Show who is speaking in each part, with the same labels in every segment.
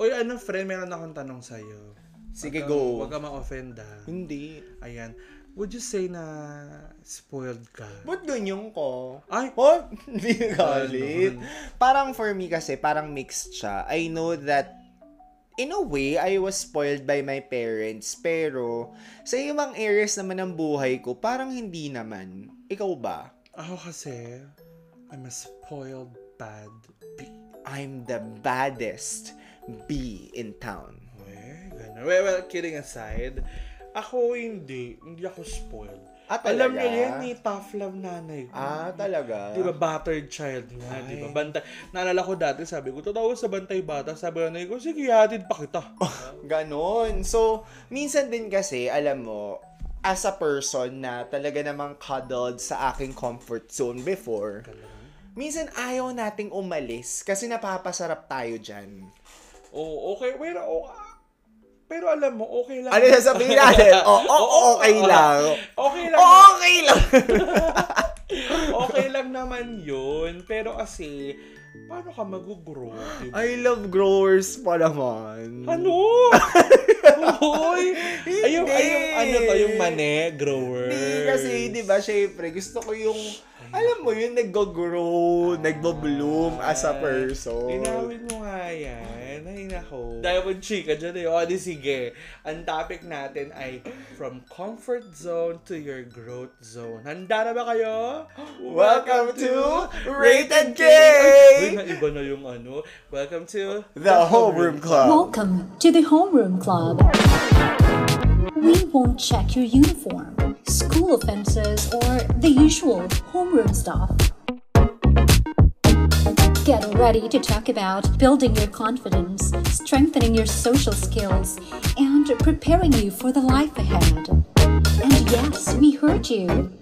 Speaker 1: Uy, ano friend, meron akong tanong sa'yo.
Speaker 2: Sige,
Speaker 1: Wag
Speaker 2: go.
Speaker 1: Huwag ka ma-offend ha.
Speaker 2: Hindi.
Speaker 1: Ayan. Would you say na spoiled ka?
Speaker 2: Ba't ganyan ko?
Speaker 1: Ay!
Speaker 2: Oh, hindi galit.
Speaker 1: Ganon.
Speaker 2: Parang for me kasi, parang mixed siya. I know that in a way, I was spoiled by my parents. Pero, sa ibang areas naman ng buhay ko, parang hindi naman. Ikaw ba?
Speaker 1: Ako kasi, I'm a spoiled bad bitch.
Speaker 2: I'm the baddest bee in town.
Speaker 1: Eh, ganun. Well, well, kidding aside, ako hindi. Hindi ako spoiled.
Speaker 2: Ah, talaga?
Speaker 1: Alam niyo yan, ni tough love nanay ko.
Speaker 2: Ah, talaga?
Speaker 1: Di ba, battered child nga, di ba? Bantay. Naalala ko dati, sabi ko, totoo sa bantay bata, sabi ko, nanay ko, sige, hatid pa kita.
Speaker 2: Oh. Ganon. So, minsan din kasi, alam mo, as a person na talaga namang cuddled sa aking comfort zone before, minsan ayaw nating umalis kasi napapasarap tayo dyan.
Speaker 1: Oo, okay, pero, oh, ah, pero alam mo, okay lang.
Speaker 2: Ano na sabihin natin? Oo, oo, okay lang.
Speaker 1: Okay lang.
Speaker 2: Oo, okay lang.
Speaker 1: Okay lang naman yun. Pero kasi, paano ka mag-grow? Diba?
Speaker 2: I love growers pa naman.
Speaker 1: Ano? Hoy! Ayun,
Speaker 2: Hindi.
Speaker 1: ayun, ano to, yung mane, grower.
Speaker 2: Hindi kasi, di ba, syempre, gusto ko yung, alam mo yun, nag-grow, nagbo-bloom as a person.
Speaker 1: Linawin mo nga yan. Ay, nako. Diamond chika dyan eh. O, di sige. Ang topic natin ay from comfort zone to your growth zone. Handa na ba kayo?
Speaker 2: Welcome to Rated K!
Speaker 1: Uy, naiba na yung ano. Welcome to
Speaker 2: The Homeroom Club.
Speaker 3: Welcome to the Homeroom Club. We won't check your uniform, school offenses, or the usual homeroom stuff. Get ready to talk about building your confidence, strengthening your social skills, and preparing you for the life ahead. And yes, we heard you.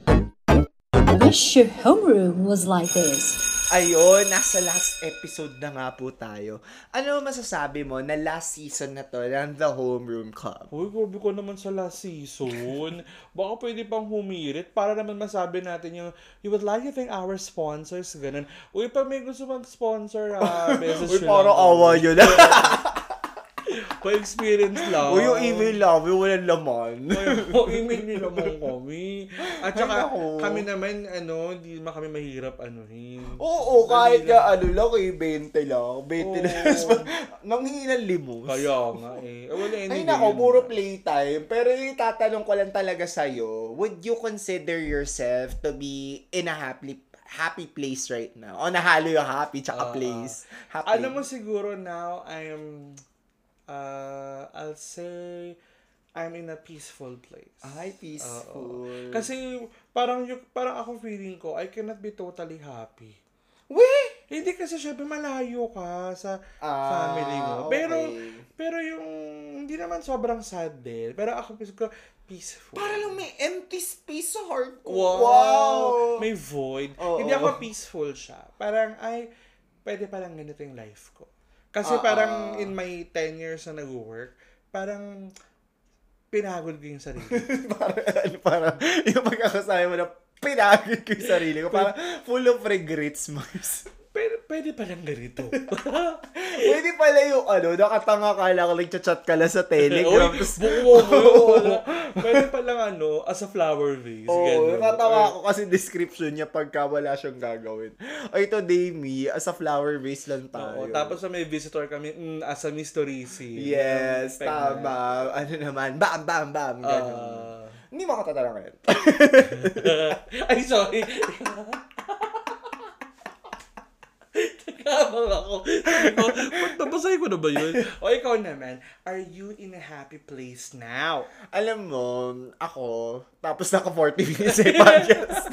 Speaker 3: I wish your homeroom was like this.
Speaker 2: Ayun, nasa last episode na nga po tayo. Ano masasabi mo na last season na to ng The Homeroom Club?
Speaker 1: Uy, grabe ko naman sa last season. Baka pwede pang humirit para naman masabi natin yung you would like to thank our sponsors, ganun. Uy, pag may gusto mag-sponsor, ah, message
Speaker 2: Uy,
Speaker 1: nyo
Speaker 2: parang
Speaker 1: lang.
Speaker 2: awa yun.
Speaker 1: Pa experience lang.
Speaker 2: Uy, yung email love, yung walang laman.
Speaker 1: O, email nyo naman kami. At
Speaker 2: Ay,
Speaker 1: saka,
Speaker 2: naku.
Speaker 1: kami naman, ano, hindi naman kami mahirap anuhin.
Speaker 2: Oo, kahit ka ano lang, eh, 20 lang. 20 lang.
Speaker 1: Oo.
Speaker 2: Nanghihinang limos.
Speaker 1: Kaya nga eh. Eh, Well, anyway,
Speaker 2: Ay nako,
Speaker 1: yun.
Speaker 2: puro playtime. Pero yung tatanong ko lang talaga sa'yo, would you consider yourself to be in a happy happy place right now? O nahalo yung happy
Speaker 1: Ah.
Speaker 2: tsaka place. Happy.
Speaker 1: Alam mo siguro now, I'm, uh, I'll say, I'm in a peaceful place.
Speaker 2: Ay, peaceful.
Speaker 1: Kasi parang yung, parang ako feeling ko, I cannot be totally happy.
Speaker 2: Weh!
Speaker 1: Hindi kasi syempre malayo ka sa
Speaker 2: Ah,
Speaker 1: family mo. Pero,
Speaker 2: okay.
Speaker 1: pero yung, hindi naman sobrang sad din. Pero ako, feeling ko, peaceful.
Speaker 2: Para lang may empty space sa heart ko.
Speaker 1: Wow!
Speaker 2: May...
Speaker 1: May void.
Speaker 2: Oo.
Speaker 1: Hindi ako peaceful siya. Parang, ay, pwede palang ganito yung life ko. Kasi
Speaker 2: Ah,
Speaker 1: parang
Speaker 2: ah.
Speaker 1: in my 10 years na nag-work, parang pinagod ko yung sarili.
Speaker 2: para, ano, para, yung pagkakasaya mo na pinagod ko yung sarili ko. Parang full of regrets, Mars.
Speaker 1: Pero pwede palang ganito.
Speaker 2: Pwede pala yung ano, nakatanga ka lang, nagchat-chat ka lang sa Telegram.
Speaker 1: Uy,
Speaker 2: tapos-
Speaker 1: buo mo yun. Wala. Pwede palang ano, as a flower vase.
Speaker 2: Oo,
Speaker 1: ganun.
Speaker 2: natatawa ako kasi description niya pagka wala siyang gagawin. O ito, Dami, as a flower vase lang tayo.
Speaker 1: Oo, tapos na may visitor kami, mm, as a mystery scene.
Speaker 2: Yes,
Speaker 1: Peg na.
Speaker 2: tama. Ano naman, bam, bam, bam, ganun.
Speaker 1: Ah.
Speaker 2: Hindi mo ako tatanungin.
Speaker 1: Ay, sorry. Nagkabang ako. Sabi ko, "Ba't nabasay ko na ba yun? O ikaw naman, are you in a happy place now?
Speaker 2: Alam mo, ako, tapos naka 40 minutes ay podcast.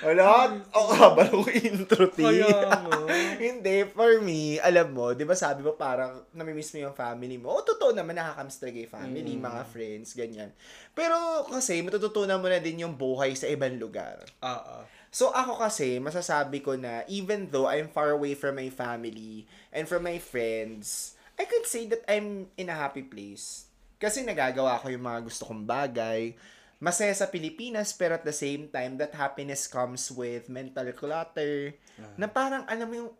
Speaker 2: Wala, oh, haba ng intro, T.
Speaker 1: Kaya mo.
Speaker 2: Hindi, for me, alam mo, di ba sabi mo parang namimiss mo yung family mo. O, totoo naman, nakakamiss talaga yung family, mga friends, ganyan. Pero kasi, matututunan mo na din yung buhay sa ibang lugar.
Speaker 1: Oo.
Speaker 2: So ako kasi, masasabi ko na even though I'm far away from my family and from my friends, I could say that I'm in a happy place. Kasi nagagawa ko yung mga gusto kong bagay. Masaya sa Pilipinas pero at the same time that happiness comes with mental clutter. Na parang alam mo yung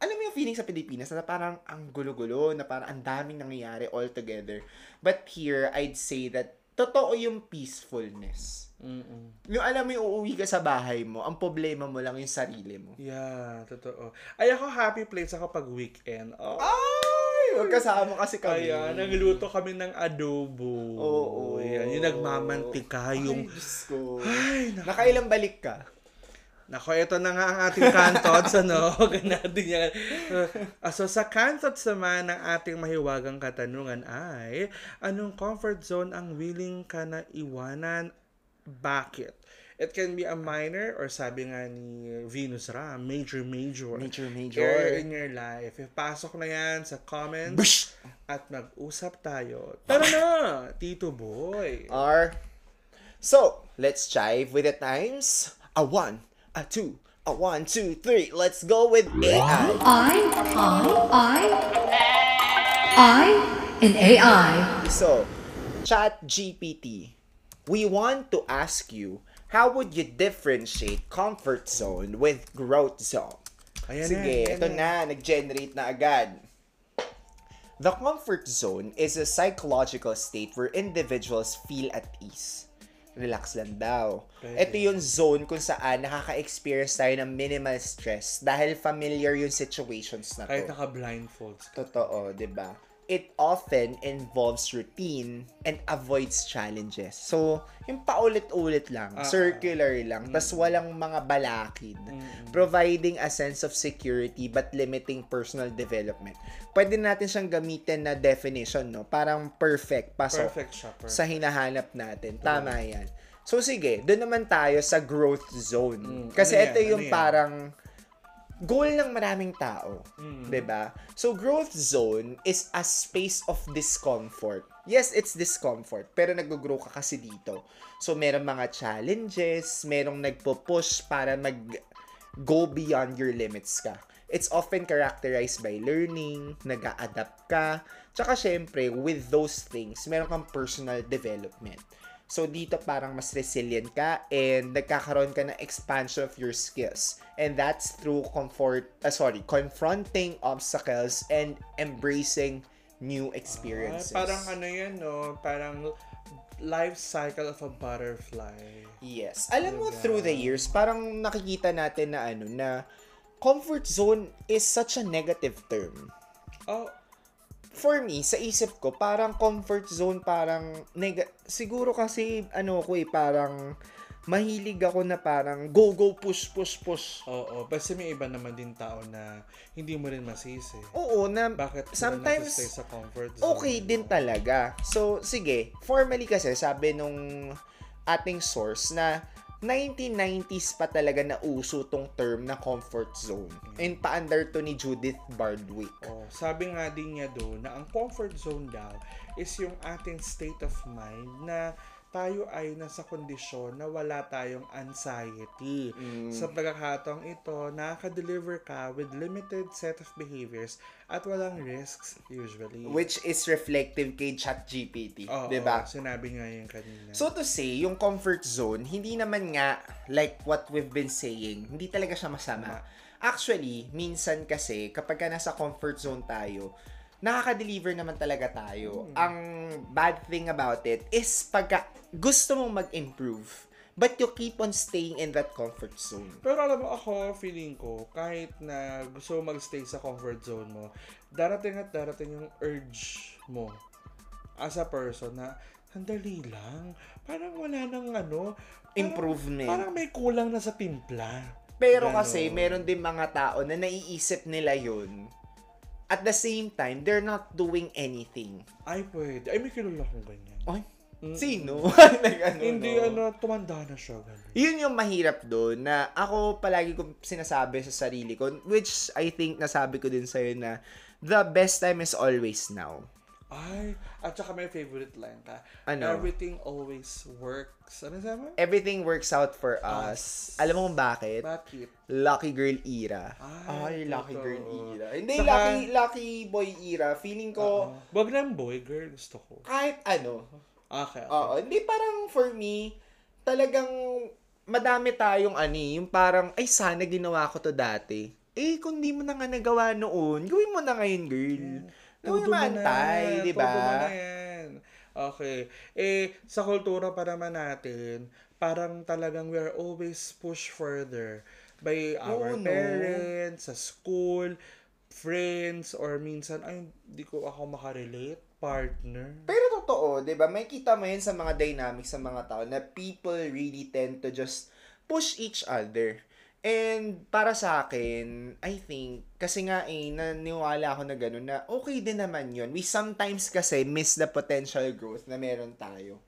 Speaker 2: alam mo yung feeling sa Pilipinas na parang ang gulo-gulo, na parang ang daming nangyayari all together. But here, I'd say that totoo yung peacefulness.
Speaker 1: Mm-mm.
Speaker 2: Yung alam mo yung uuwi ka sa bahay mo, ang problema mo lang yung sarili mo.
Speaker 1: Yeah, totoo. Ay, ako happy place ako pag weekend. Oh.
Speaker 2: Ay! ano? Magkasama kasi Ah, kami.
Speaker 1: Kaya, nagluto kami ng adobo.
Speaker 2: Oo.
Speaker 1: Ayan, yung nagmamantika, yung...
Speaker 2: Ay, Diyos ko.
Speaker 1: Ay, nako.
Speaker 2: Nakailang balik ka?
Speaker 1: Nako, ito na nga ang ating cantots, ano? Huwag natin yan. Uh, so, sa cantots naman ng ating mahiwagang katanungan ay, anong comfort zone ang willing ka na iwanan? Bakit? It can be a minor or sabi nga ni Venus Ram, major, major.
Speaker 2: Major, major.
Speaker 1: Area in your life. Ipasok na yan sa comments
Speaker 2: Bush!
Speaker 1: at mag-usap tayo. Tara na, Tito Boy.
Speaker 2: are. So, let's jive with the times. A one, a two, a one, two, three. Let's go with AI.
Speaker 3: I, I, I, I, and AI.
Speaker 2: So, Chat GPT. We want to ask you, how would you differentiate comfort zone with growth zone?
Speaker 1: Ayan
Speaker 2: Sige,
Speaker 1: ayan
Speaker 2: ito na, nag-generate na agad. The comfort zone is a psychological state where individuals feel at ease. Relax lang daw. Ito yung zone kung saan nakaka-experience tayo ng minimal stress dahil familiar yung situations na
Speaker 1: Kahit
Speaker 2: to.
Speaker 1: naka-blindfolds.
Speaker 2: Totoo, di ba? It often involves routine and avoids challenges. So, yung paulit-ulit lang,
Speaker 1: Ah,
Speaker 2: circular
Speaker 1: Mm.
Speaker 2: lang, tas walang mga balakid. Providing a sense of security but limiting personal development. Pwede natin siyang gamitin na definition, no? Parang perfect, pasok
Speaker 1: Perfect siya, perfect.
Speaker 2: sa hinahanap natin. Tama yan. So sige, doon naman tayo sa growth zone. Kasi
Speaker 1: Ano yan?
Speaker 2: ito yung
Speaker 1: Ano yan?
Speaker 2: parang goal ng maraming tao,
Speaker 1: Mm.
Speaker 2: 'di ba? So growth zone is a space of discomfort. Yes, it's discomfort, pero nag-grow ka kasi dito. So merong mga challenges, merong nagpo-push para mag go beyond your limits ka. It's often characterized by learning, nag adapt ka, tsaka syempre, with those things, meron kang personal development. So dito parang mas resilient ka and nagkakaroon ka ng expansion of your skills. And that's through comfort, ah, sorry, confronting obstacles and embracing new
Speaker 1: Ay,
Speaker 2: experiences.
Speaker 1: parang ano yan, no? Parang life cycle of a butterfly.
Speaker 2: Yes. Alam mo, through the years, parang nakikita natin na ano, na comfort zone is such a negative term.
Speaker 1: Oh,
Speaker 2: For me, sa isip ko, parang comfort zone, parang, nega- siguro kasi, ano ko eh, parang, mahilig ako na parang, go, go, push, push, push.
Speaker 1: oo. Kasi may iba naman din tao na hindi mo rin masisi.
Speaker 2: Oo, na,
Speaker 1: Bakit
Speaker 2: sometimes,
Speaker 1: stay sa comfort zone?
Speaker 2: okay din talaga. So, sige, formally kasi, sabi nung ating source na 1990s pa talaga na uso tong term na comfort zone.
Speaker 1: Mm.
Speaker 2: And pa-under to ni Judith Bardwick.
Speaker 1: Oh, sabi nga din niya doon na ang comfort zone daw is yung ating state of mind na tayo ay nasa kondisyon na wala tayong anxiety. Sa pagkakataong ito, nakaka-deliver ka with limited set of behaviors at walang risks usually.
Speaker 2: Which is reflective kay ChatGPT.
Speaker 1: Oo,
Speaker 2: 'di ba?
Speaker 1: sinabi nga yun kanina.
Speaker 2: So to say, yung comfort zone, hindi naman nga like what we've been saying, hindi talaga siya masama. Actually, minsan kasi kapag ka nasa comfort zone tayo, nakaka-deliver naman talaga tayo.
Speaker 1: Hmm.
Speaker 2: Ang bad thing about it is pagka gusto mong mag-improve, but you keep on staying in that comfort zone.
Speaker 1: Pero alam mo ako, feeling ko, kahit na gusto mo magstay sa comfort zone mo, darating at darating yung urge mo as a person na sandali lang. Parang wala nang ano. parang-
Speaker 2: Improvement.
Speaker 1: Parang may kulang na sa timpla.
Speaker 2: Pero
Speaker 1: Ganon.
Speaker 2: kasi meron din mga tao na naiisip nila yun. At the same time, they're not doing anything.
Speaker 1: Ay, pwede. Ay, may kilala kong ganyan.
Speaker 2: Ay, sino? Like, ano,
Speaker 1: Hmm. Hindi,
Speaker 2: no?
Speaker 1: ano, tumanda na siya. Ganun.
Speaker 2: Yun yung mahirap doon na ako palagi ko sinasabi sa sarili ko, which I think nasabi ko din sa'yo na the best time is always now.
Speaker 1: Ay, at saka may favorite line ka.
Speaker 2: Ano?
Speaker 1: Everything always works. Ano sabi mo?
Speaker 2: Everything works out for
Speaker 1: Ah.
Speaker 2: us. Alam mo kung bakit?
Speaker 1: Bakit?
Speaker 2: Lucky girl era.
Speaker 1: Ay,
Speaker 2: lucky
Speaker 1: totoo.
Speaker 2: girl era. Hindi,
Speaker 1: Saka-
Speaker 2: lucky, lucky boy era. Feeling ko,
Speaker 1: Wag na yung boy, girl. Gusto ko.
Speaker 2: kahit ano,
Speaker 1: Okay, okay.
Speaker 2: Oo, hindi parang for me, ano eh, talagang madami tayong ani, yung parang, ay sana ginawa ko to dati. eh, kung di mo na nga nagawa noon, gawin mo na ngayon, girl.
Speaker 1: Todo mo na
Speaker 2: Huwag
Speaker 1: yan,
Speaker 2: maantay, di
Speaker 1: todo mo na eh.
Speaker 2: ba?
Speaker 1: yan. Okay. Eh, sa kultura pa naman natin, parang talagang we are always pushed further by our
Speaker 2: Oo, no?
Speaker 1: parents, sa school, friends, or minsan, ay, hindi ko ako makarelate, partner.
Speaker 2: Pero totoo, di ba? May kita mo yun sa mga dynamics sa mga tao na people really tend to just push each other. And para sa akin, I think, kasi nga eh, naniwala ako na gano'n na okay din naman yun. We sometimes kasi miss the potential growth na meron tayo.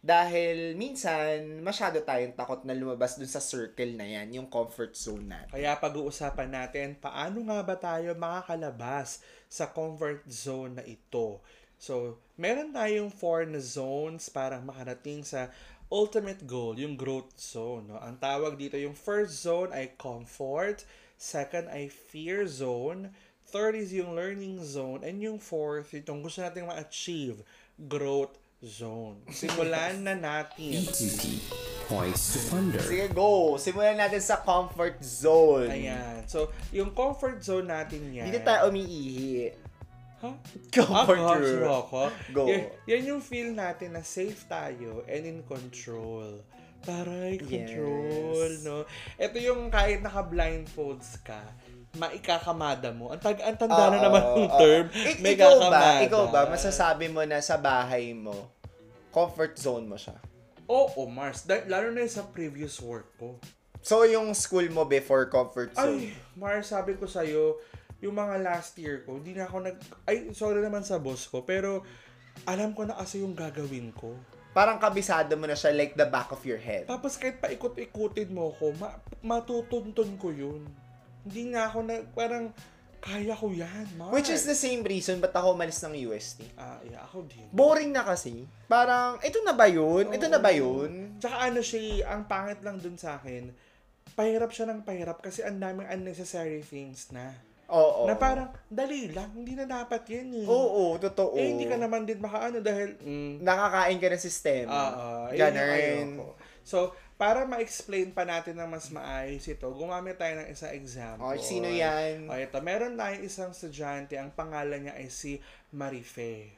Speaker 2: Dahil minsan, masyado tayong takot na lumabas dun sa circle na yan, yung comfort zone natin.
Speaker 1: Kaya pag-uusapan natin, paano nga ba tayo makakalabas sa comfort zone na ito? So, meron tayong four na zones para makarating sa ultimate goal, yung growth zone. No? Ang tawag dito, yung first zone ay comfort, second ay fear zone, third is yung learning zone, and yung fourth, itong gusto nating ma-achieve, growth zone. Simulan na natin.
Speaker 4: EQT points to ponder.
Speaker 2: Sige, go! Simulan natin sa comfort zone.
Speaker 1: Ayan. So, yung comfort zone natin yan.
Speaker 2: Dito tayo umiihi.
Speaker 1: Huh?
Speaker 2: Comfort
Speaker 1: Ako,
Speaker 2: zone.
Speaker 1: sure ako.
Speaker 2: Ah, Go.
Speaker 1: Yan, yan yung feel natin na safe tayo and in control. Taray, control,
Speaker 2: Yes.
Speaker 1: no? Ito yung kahit naka-blindfolds ka, maikakamada mo. Ang, tag ang tanda na
Speaker 2: Oo,
Speaker 1: naman
Speaker 2: oo,
Speaker 1: yung
Speaker 2: oo.
Speaker 1: term,
Speaker 2: Ik-
Speaker 1: may
Speaker 2: ah, ikaw ba,
Speaker 1: kakamada.
Speaker 2: ikaw ba, masasabi mo na sa bahay mo, comfort zone mo siya?
Speaker 1: Oo, Mars. Da- lalo na yung sa previous work ko.
Speaker 2: So, yung school mo before
Speaker 1: Ay,
Speaker 2: comfort zone?
Speaker 1: Mars, sabi ko sa'yo, yung mga last year ko, hindi na ako nag... Ay, sorry naman sa boss ko, pero alam ko na kasi yung gagawin ko.
Speaker 2: Parang kabisado mo na siya like the back of your head.
Speaker 1: Tapos kahit paikot-ikutin mo ko, ma- matutuntun ko yun. Hindi na ako na, parang, kaya ko yan, Mark.
Speaker 2: Which is the same reason ba't ako umalis ng UST.
Speaker 1: Ah, yeah, ako din.
Speaker 2: Boring na kasi. Parang, ito na ba yun? Ito na ba yun?
Speaker 1: Tsaka ano siya, eh, ang pangit lang dun sa akin, pahirap siya ng pahirap kasi ang daming unnecessary things na.
Speaker 2: Oo.
Speaker 1: Na parang, dali lang, hindi na dapat yan eh.
Speaker 2: Oo, totoo.
Speaker 1: Eh, hindi ka naman din makaano dahil, mm,
Speaker 2: Nakakain ka ng sistema.
Speaker 1: Ah, ah, yun yung ayoko.
Speaker 2: Ganun.
Speaker 1: So, para ma-explain pa natin ng mas maayos ito, gumamit tayo ng isang example.
Speaker 2: Oh, sino yan?
Speaker 1: O, ito. Meron tayong isang estudyante, ang pangalan niya ay si Marife.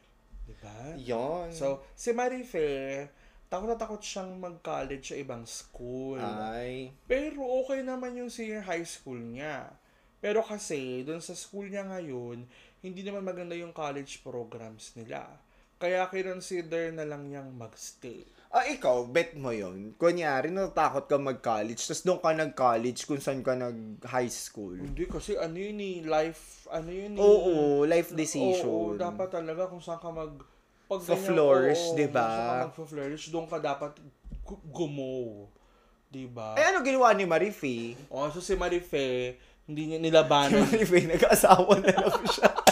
Speaker 1: Diba?
Speaker 2: Yun.
Speaker 1: So, si Marife, takot na takot siyang mag-college sa ibang school.
Speaker 2: Ay.
Speaker 1: Pero okay naman yung senior high school niya. Pero kasi, doon sa school niya ngayon, hindi naman maganda yung college programs nila. Kaya kinonsider na lang niyang magstay.
Speaker 2: Ah, ikaw, bet mo yon Kunyari, natatakot ka mag-college, tapos doon ka nag-college kung saan ka nag-high school.
Speaker 1: Hindi kasi ano yun eh, life, ano yun eh.
Speaker 2: Oo,
Speaker 1: Oo,
Speaker 2: life decision.
Speaker 1: dapat talaga kung saan ka mag... Pag
Speaker 2: Fa-flourish,
Speaker 1: oo,
Speaker 2: di ba?
Speaker 1: Kung saan ka mag-flourish, doon ka dapat gu- gumow. Di ba?
Speaker 2: Eh, ano ginawa ni Marife?
Speaker 1: Oh, so si Marife, hindi niya nilabanan.
Speaker 2: Marife, nag-asawa na lang siya.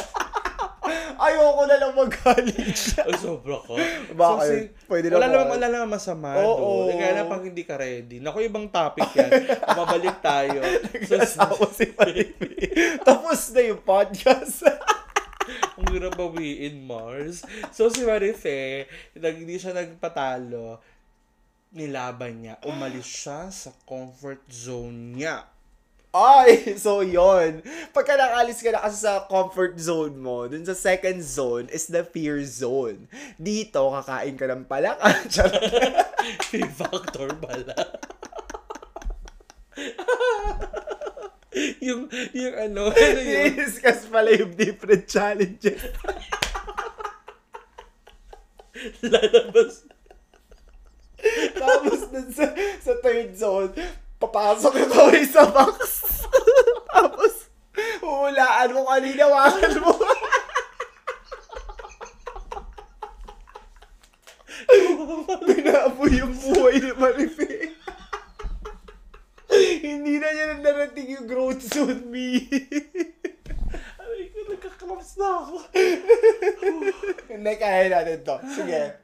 Speaker 2: Ayoko na lang mag-college.
Speaker 1: Ay, sobra ko.
Speaker 2: Bakit? Pwede
Speaker 1: wala
Speaker 2: naman.
Speaker 1: naman. Wala naman masama
Speaker 2: Oo.
Speaker 1: doon. Eh, Kaya lang pag hindi ka ready. Naku, ibang topic yan. Mabalik tayo. so,
Speaker 2: Nag-asawa si Marife. Tapos na yung podcast.
Speaker 1: ang hirap bawiin, Mars. So, si Marife, nag, hindi siya nagpatalo. Nilaban niya. Umalis siya sa comfort zone niya.
Speaker 2: Ay, so yon. Pagka nakalis ka na kasi sa comfort zone mo, dun sa second zone is the fear zone. Dito, kakain ka ng palaka. Charot.
Speaker 1: Fear factor pala. yung, yung ano, ano yun?
Speaker 2: Discuss pala yung different challenges.
Speaker 1: Lalabas.
Speaker 2: Tapos dun sa, sa third zone, papasok ka kaway sa box. Tapos, huhulaan mo kanina, wakal mo. Binaboy yung buhay ni Marife. Hindi na niya narating yung growth zone, me.
Speaker 1: Ay, nagkaklaps na ako.
Speaker 2: Hindi, kaya natin to. Sige.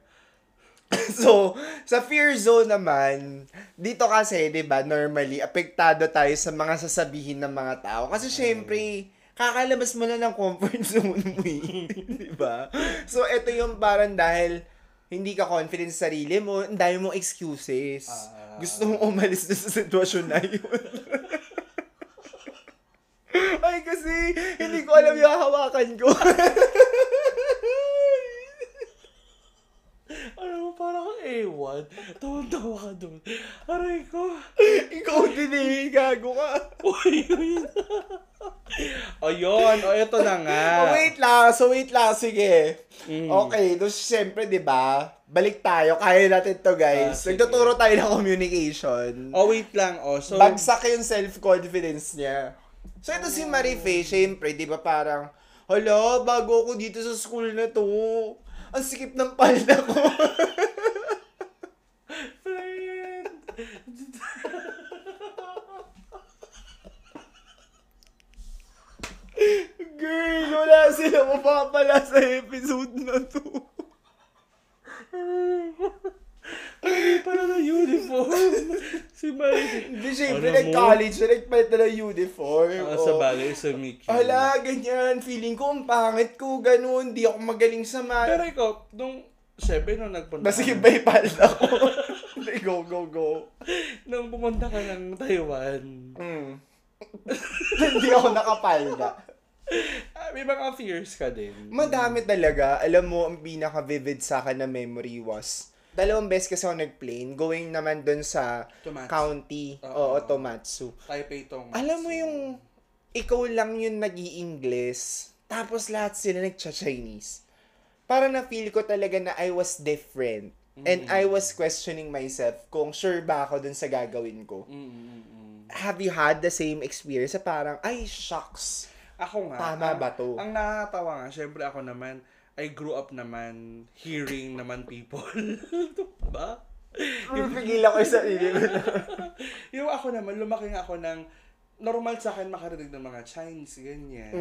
Speaker 2: So, sa fear zone naman, dito kasi, di ba, normally, apektado tayo sa mga sasabihin ng mga tao. Kasi, syempre, kakalabas mo na ng comfort zone mo eh. di ba? So, ito yung parang dahil hindi ka confident sa sarili mo, ang dami mong excuses. Gusto mong umalis na sa sitwasyon na yun. Ay, kasi hindi ko alam yung hawakan ko.
Speaker 1: Alam mo, parang kang A1. Tawang-tawa ka doon. Aray ko.
Speaker 2: Ikaw din eh, gago ka.
Speaker 1: Uy, uy. o yun, o ito na nga.
Speaker 2: Oh, wait lang, so wait lang, sige.
Speaker 1: Mm.
Speaker 2: Okay, no, siyempre, di ba? Balik tayo, kaya natin to, guys.
Speaker 1: Ah, sige.
Speaker 2: Nagtuturo tayo ng communication.
Speaker 1: O wait lang, o. So,
Speaker 2: Bagsak yung self-confidence niya. So, ito si Marie Faye, syempre, di ba parang, Hala, bago ako dito sa school na to. Ang sikip ng palda ko.
Speaker 1: friend.
Speaker 2: Girl, wala sila mapapala sa episode na to.
Speaker 1: Para na uniform. si Mike.
Speaker 2: Hindi, syempre,
Speaker 1: Alam mo?
Speaker 2: nag-college na nagpalit na ng uniform.
Speaker 1: Ah,
Speaker 2: oh.
Speaker 1: sa bagay, sa Mickey.
Speaker 2: Hala, ganyan. Feeling ko, ang pangit ko, ganun. Di ako magaling sa
Speaker 1: Pero
Speaker 2: math.
Speaker 1: ikaw, nung, syempre, nung nagpunta
Speaker 2: Basta
Speaker 1: ka-
Speaker 2: iba yung palda ko. Hindi, go, go, go.
Speaker 1: Nung pumunta ka ng Taiwan,
Speaker 2: Mm. Hindi ako nakapalda.
Speaker 1: ah, may mga fears ka din.
Speaker 2: Madami talaga. Alam mo, ang pinaka-vivid sa akin na memory was, dalawang beses kasi ako nag-plane, going naman dun sa
Speaker 1: Tomatsu.
Speaker 2: county.
Speaker 1: Oo.
Speaker 2: Oo, Tomatsu.
Speaker 1: Taipei tong.
Speaker 2: Alam mo yung, ikaw lang yung nag english tapos lahat sila nagcha-Chinese. Para na feel ko talaga na I was different. And I was questioning myself kung sure ba ako dun sa gagawin ko.
Speaker 1: Mm,
Speaker 2: Have you had the same experience? Sa Parang, ay, shucks.
Speaker 1: Ako nga.
Speaker 2: Tama
Speaker 1: ang-
Speaker 2: ba to?
Speaker 1: Ang nakakatawa nga, syempre ako naman, I grew up naman hearing naman people. ba?
Speaker 2: Yung pigilan ko sa sarili ko.
Speaker 1: Yung ako naman, lumaki nga ako ng normal sa akin makarinig ng mga Chinese, ganyan.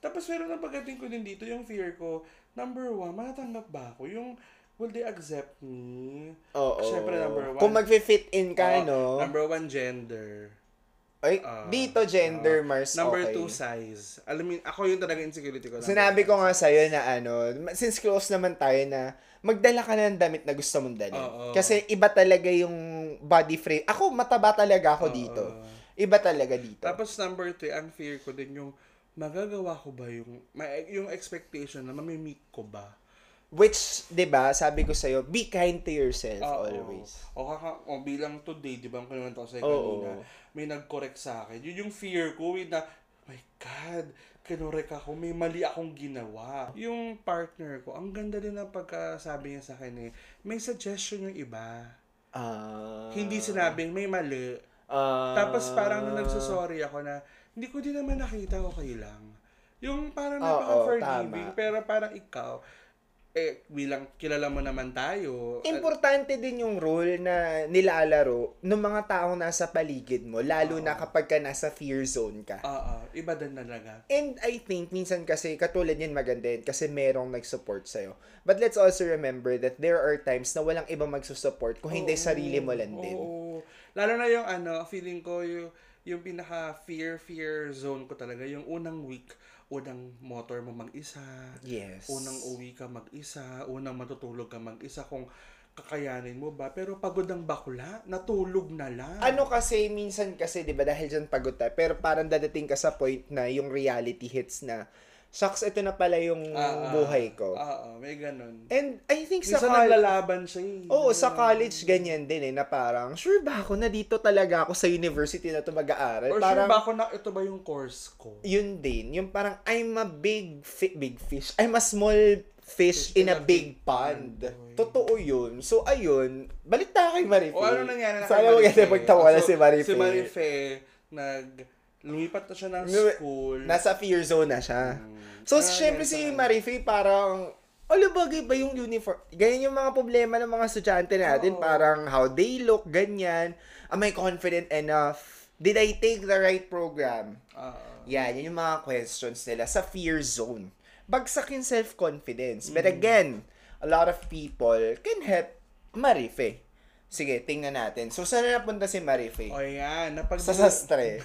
Speaker 1: Tapos meron ang pagdating ko din dito, yung fear ko, number one, matatanggap ba ako? Yung, will they accept me?
Speaker 2: Oo.
Speaker 1: Siyempre, number one.
Speaker 2: Kung mag-fit in ka,
Speaker 1: Oo,
Speaker 2: no?
Speaker 1: Number one, gender.
Speaker 2: Ay,
Speaker 1: Ah,
Speaker 2: dito
Speaker 1: ah.
Speaker 2: gender, Mars,
Speaker 1: Number
Speaker 2: okay.
Speaker 1: two, size. Alam mo, yun, ako yung talaga insecurity ko. number
Speaker 2: Sinabi ko
Speaker 1: one,
Speaker 2: nga
Speaker 1: size.
Speaker 2: sa'yo na ano, since close naman tayo na, magdala ka na ng damit na gusto mong dalhin.
Speaker 1: Oo.
Speaker 2: Kasi iba talaga yung body frame. Ako, mataba talaga ako dito. Iba talaga dito.
Speaker 1: Tapos number three, ang fear ko din yung magagawa ko ba yung may, yung expectation na mamimit ko ba?
Speaker 2: Which, 'di ba sabi ko sa'yo, be kind to yourself
Speaker 1: Oo.
Speaker 2: always.
Speaker 1: O, kaka, o bilang today, di ba, ang kinuwento ko sa'yo
Speaker 2: Oo.
Speaker 1: kanina, may nag-correct sa akin. Yun yung fear ko, eh, na, my God, kinorek ako, may mali akong ginawa. Yung partner ko, ang ganda din ang pagkasabi niya sa akin eh, may suggestion yung iba.
Speaker 2: Ah.
Speaker 1: Hindi sinabing may mali.
Speaker 2: ah,
Speaker 1: Tapos parang nung nagsasorry ako na, hindi ko din naman nakita, okay lang. Yung parang
Speaker 2: Oo,
Speaker 1: napaka-forgiving,
Speaker 2: tama.
Speaker 1: pero parang ikaw, eh, bilang kilala mo naman tayo. at-
Speaker 2: Importante din yung role na nilalaro ng mga taong nasa paligid mo, lalo na kapag ka nasa fear zone ka.
Speaker 1: Oo, ah, iba din talaga.
Speaker 2: And I think minsan kasi katulad yan maganda yan kasi merong nag-support sa'yo. But let's also remember that there are times na walang ibang magsusupport kung Ah, hindi sarili mo lang din.
Speaker 1: Oo. Lalo na yung ano, feeling ko yung, yung pinaka fear fear zone ko talaga yung unang week, unang motor mo mag-isa.
Speaker 2: Yes.
Speaker 1: Unang uwi ka mag-isa, unang matutulog ka mag-isa kung kakayanin mo ba. Pero pagod ang bakula, natulog na lang.
Speaker 2: Ano kasi, minsan kasi, di ba, dahil dyan pagod tayo, pero parang dadating ka sa point na yung reality hits na, shucks, ito na pala yung
Speaker 1: Ah, ah.
Speaker 2: buhay ko.
Speaker 1: Oo, may ganun.
Speaker 2: And I think
Speaker 1: Minsan
Speaker 2: sa college,
Speaker 1: naglalaban siya eh.
Speaker 2: oo, sa college ganyan din eh, na parang, sure ba ako na dito talaga ako sa university na to mag-aaral?
Speaker 1: Or
Speaker 2: parang,
Speaker 1: sure ba ako na ito ba yung course ko?
Speaker 2: yun din, yung parang I'm a big fi- big fish. I'm a small fish, in, a, big, pond.
Speaker 1: pond.
Speaker 2: Totoo yun. So, ayun. Balik tayo kay Marife.
Speaker 1: O ano nangyari na kay
Speaker 2: Sana maganda
Speaker 1: Marife?
Speaker 2: magtawa na
Speaker 1: So,
Speaker 2: si Marife.
Speaker 1: Si Marife, nag, lumipat na siya ng
Speaker 2: Nu-
Speaker 1: school.
Speaker 2: Nasa fear zone na siya. So,
Speaker 1: Ah,
Speaker 2: syempre
Speaker 1: ganun
Speaker 2: si
Speaker 1: pala.
Speaker 2: Marife parang, ano bagay ba yung uniform? Ganyan yung mga problema ng mga estudyante
Speaker 1: Oo.
Speaker 2: natin. Parang how they look, ganyan. Am I confident enough? Did I take the right program?
Speaker 1: Ah,
Speaker 2: Yan, yun yung mga questions nila sa fear zone. Bagsak yung self-confidence.
Speaker 1: Mm.
Speaker 2: But again, a lot of people can help Marife. Sige, tingnan natin. So, saan na napunta si Marife?
Speaker 1: o yan, oh, napag...
Speaker 2: Sa sastre.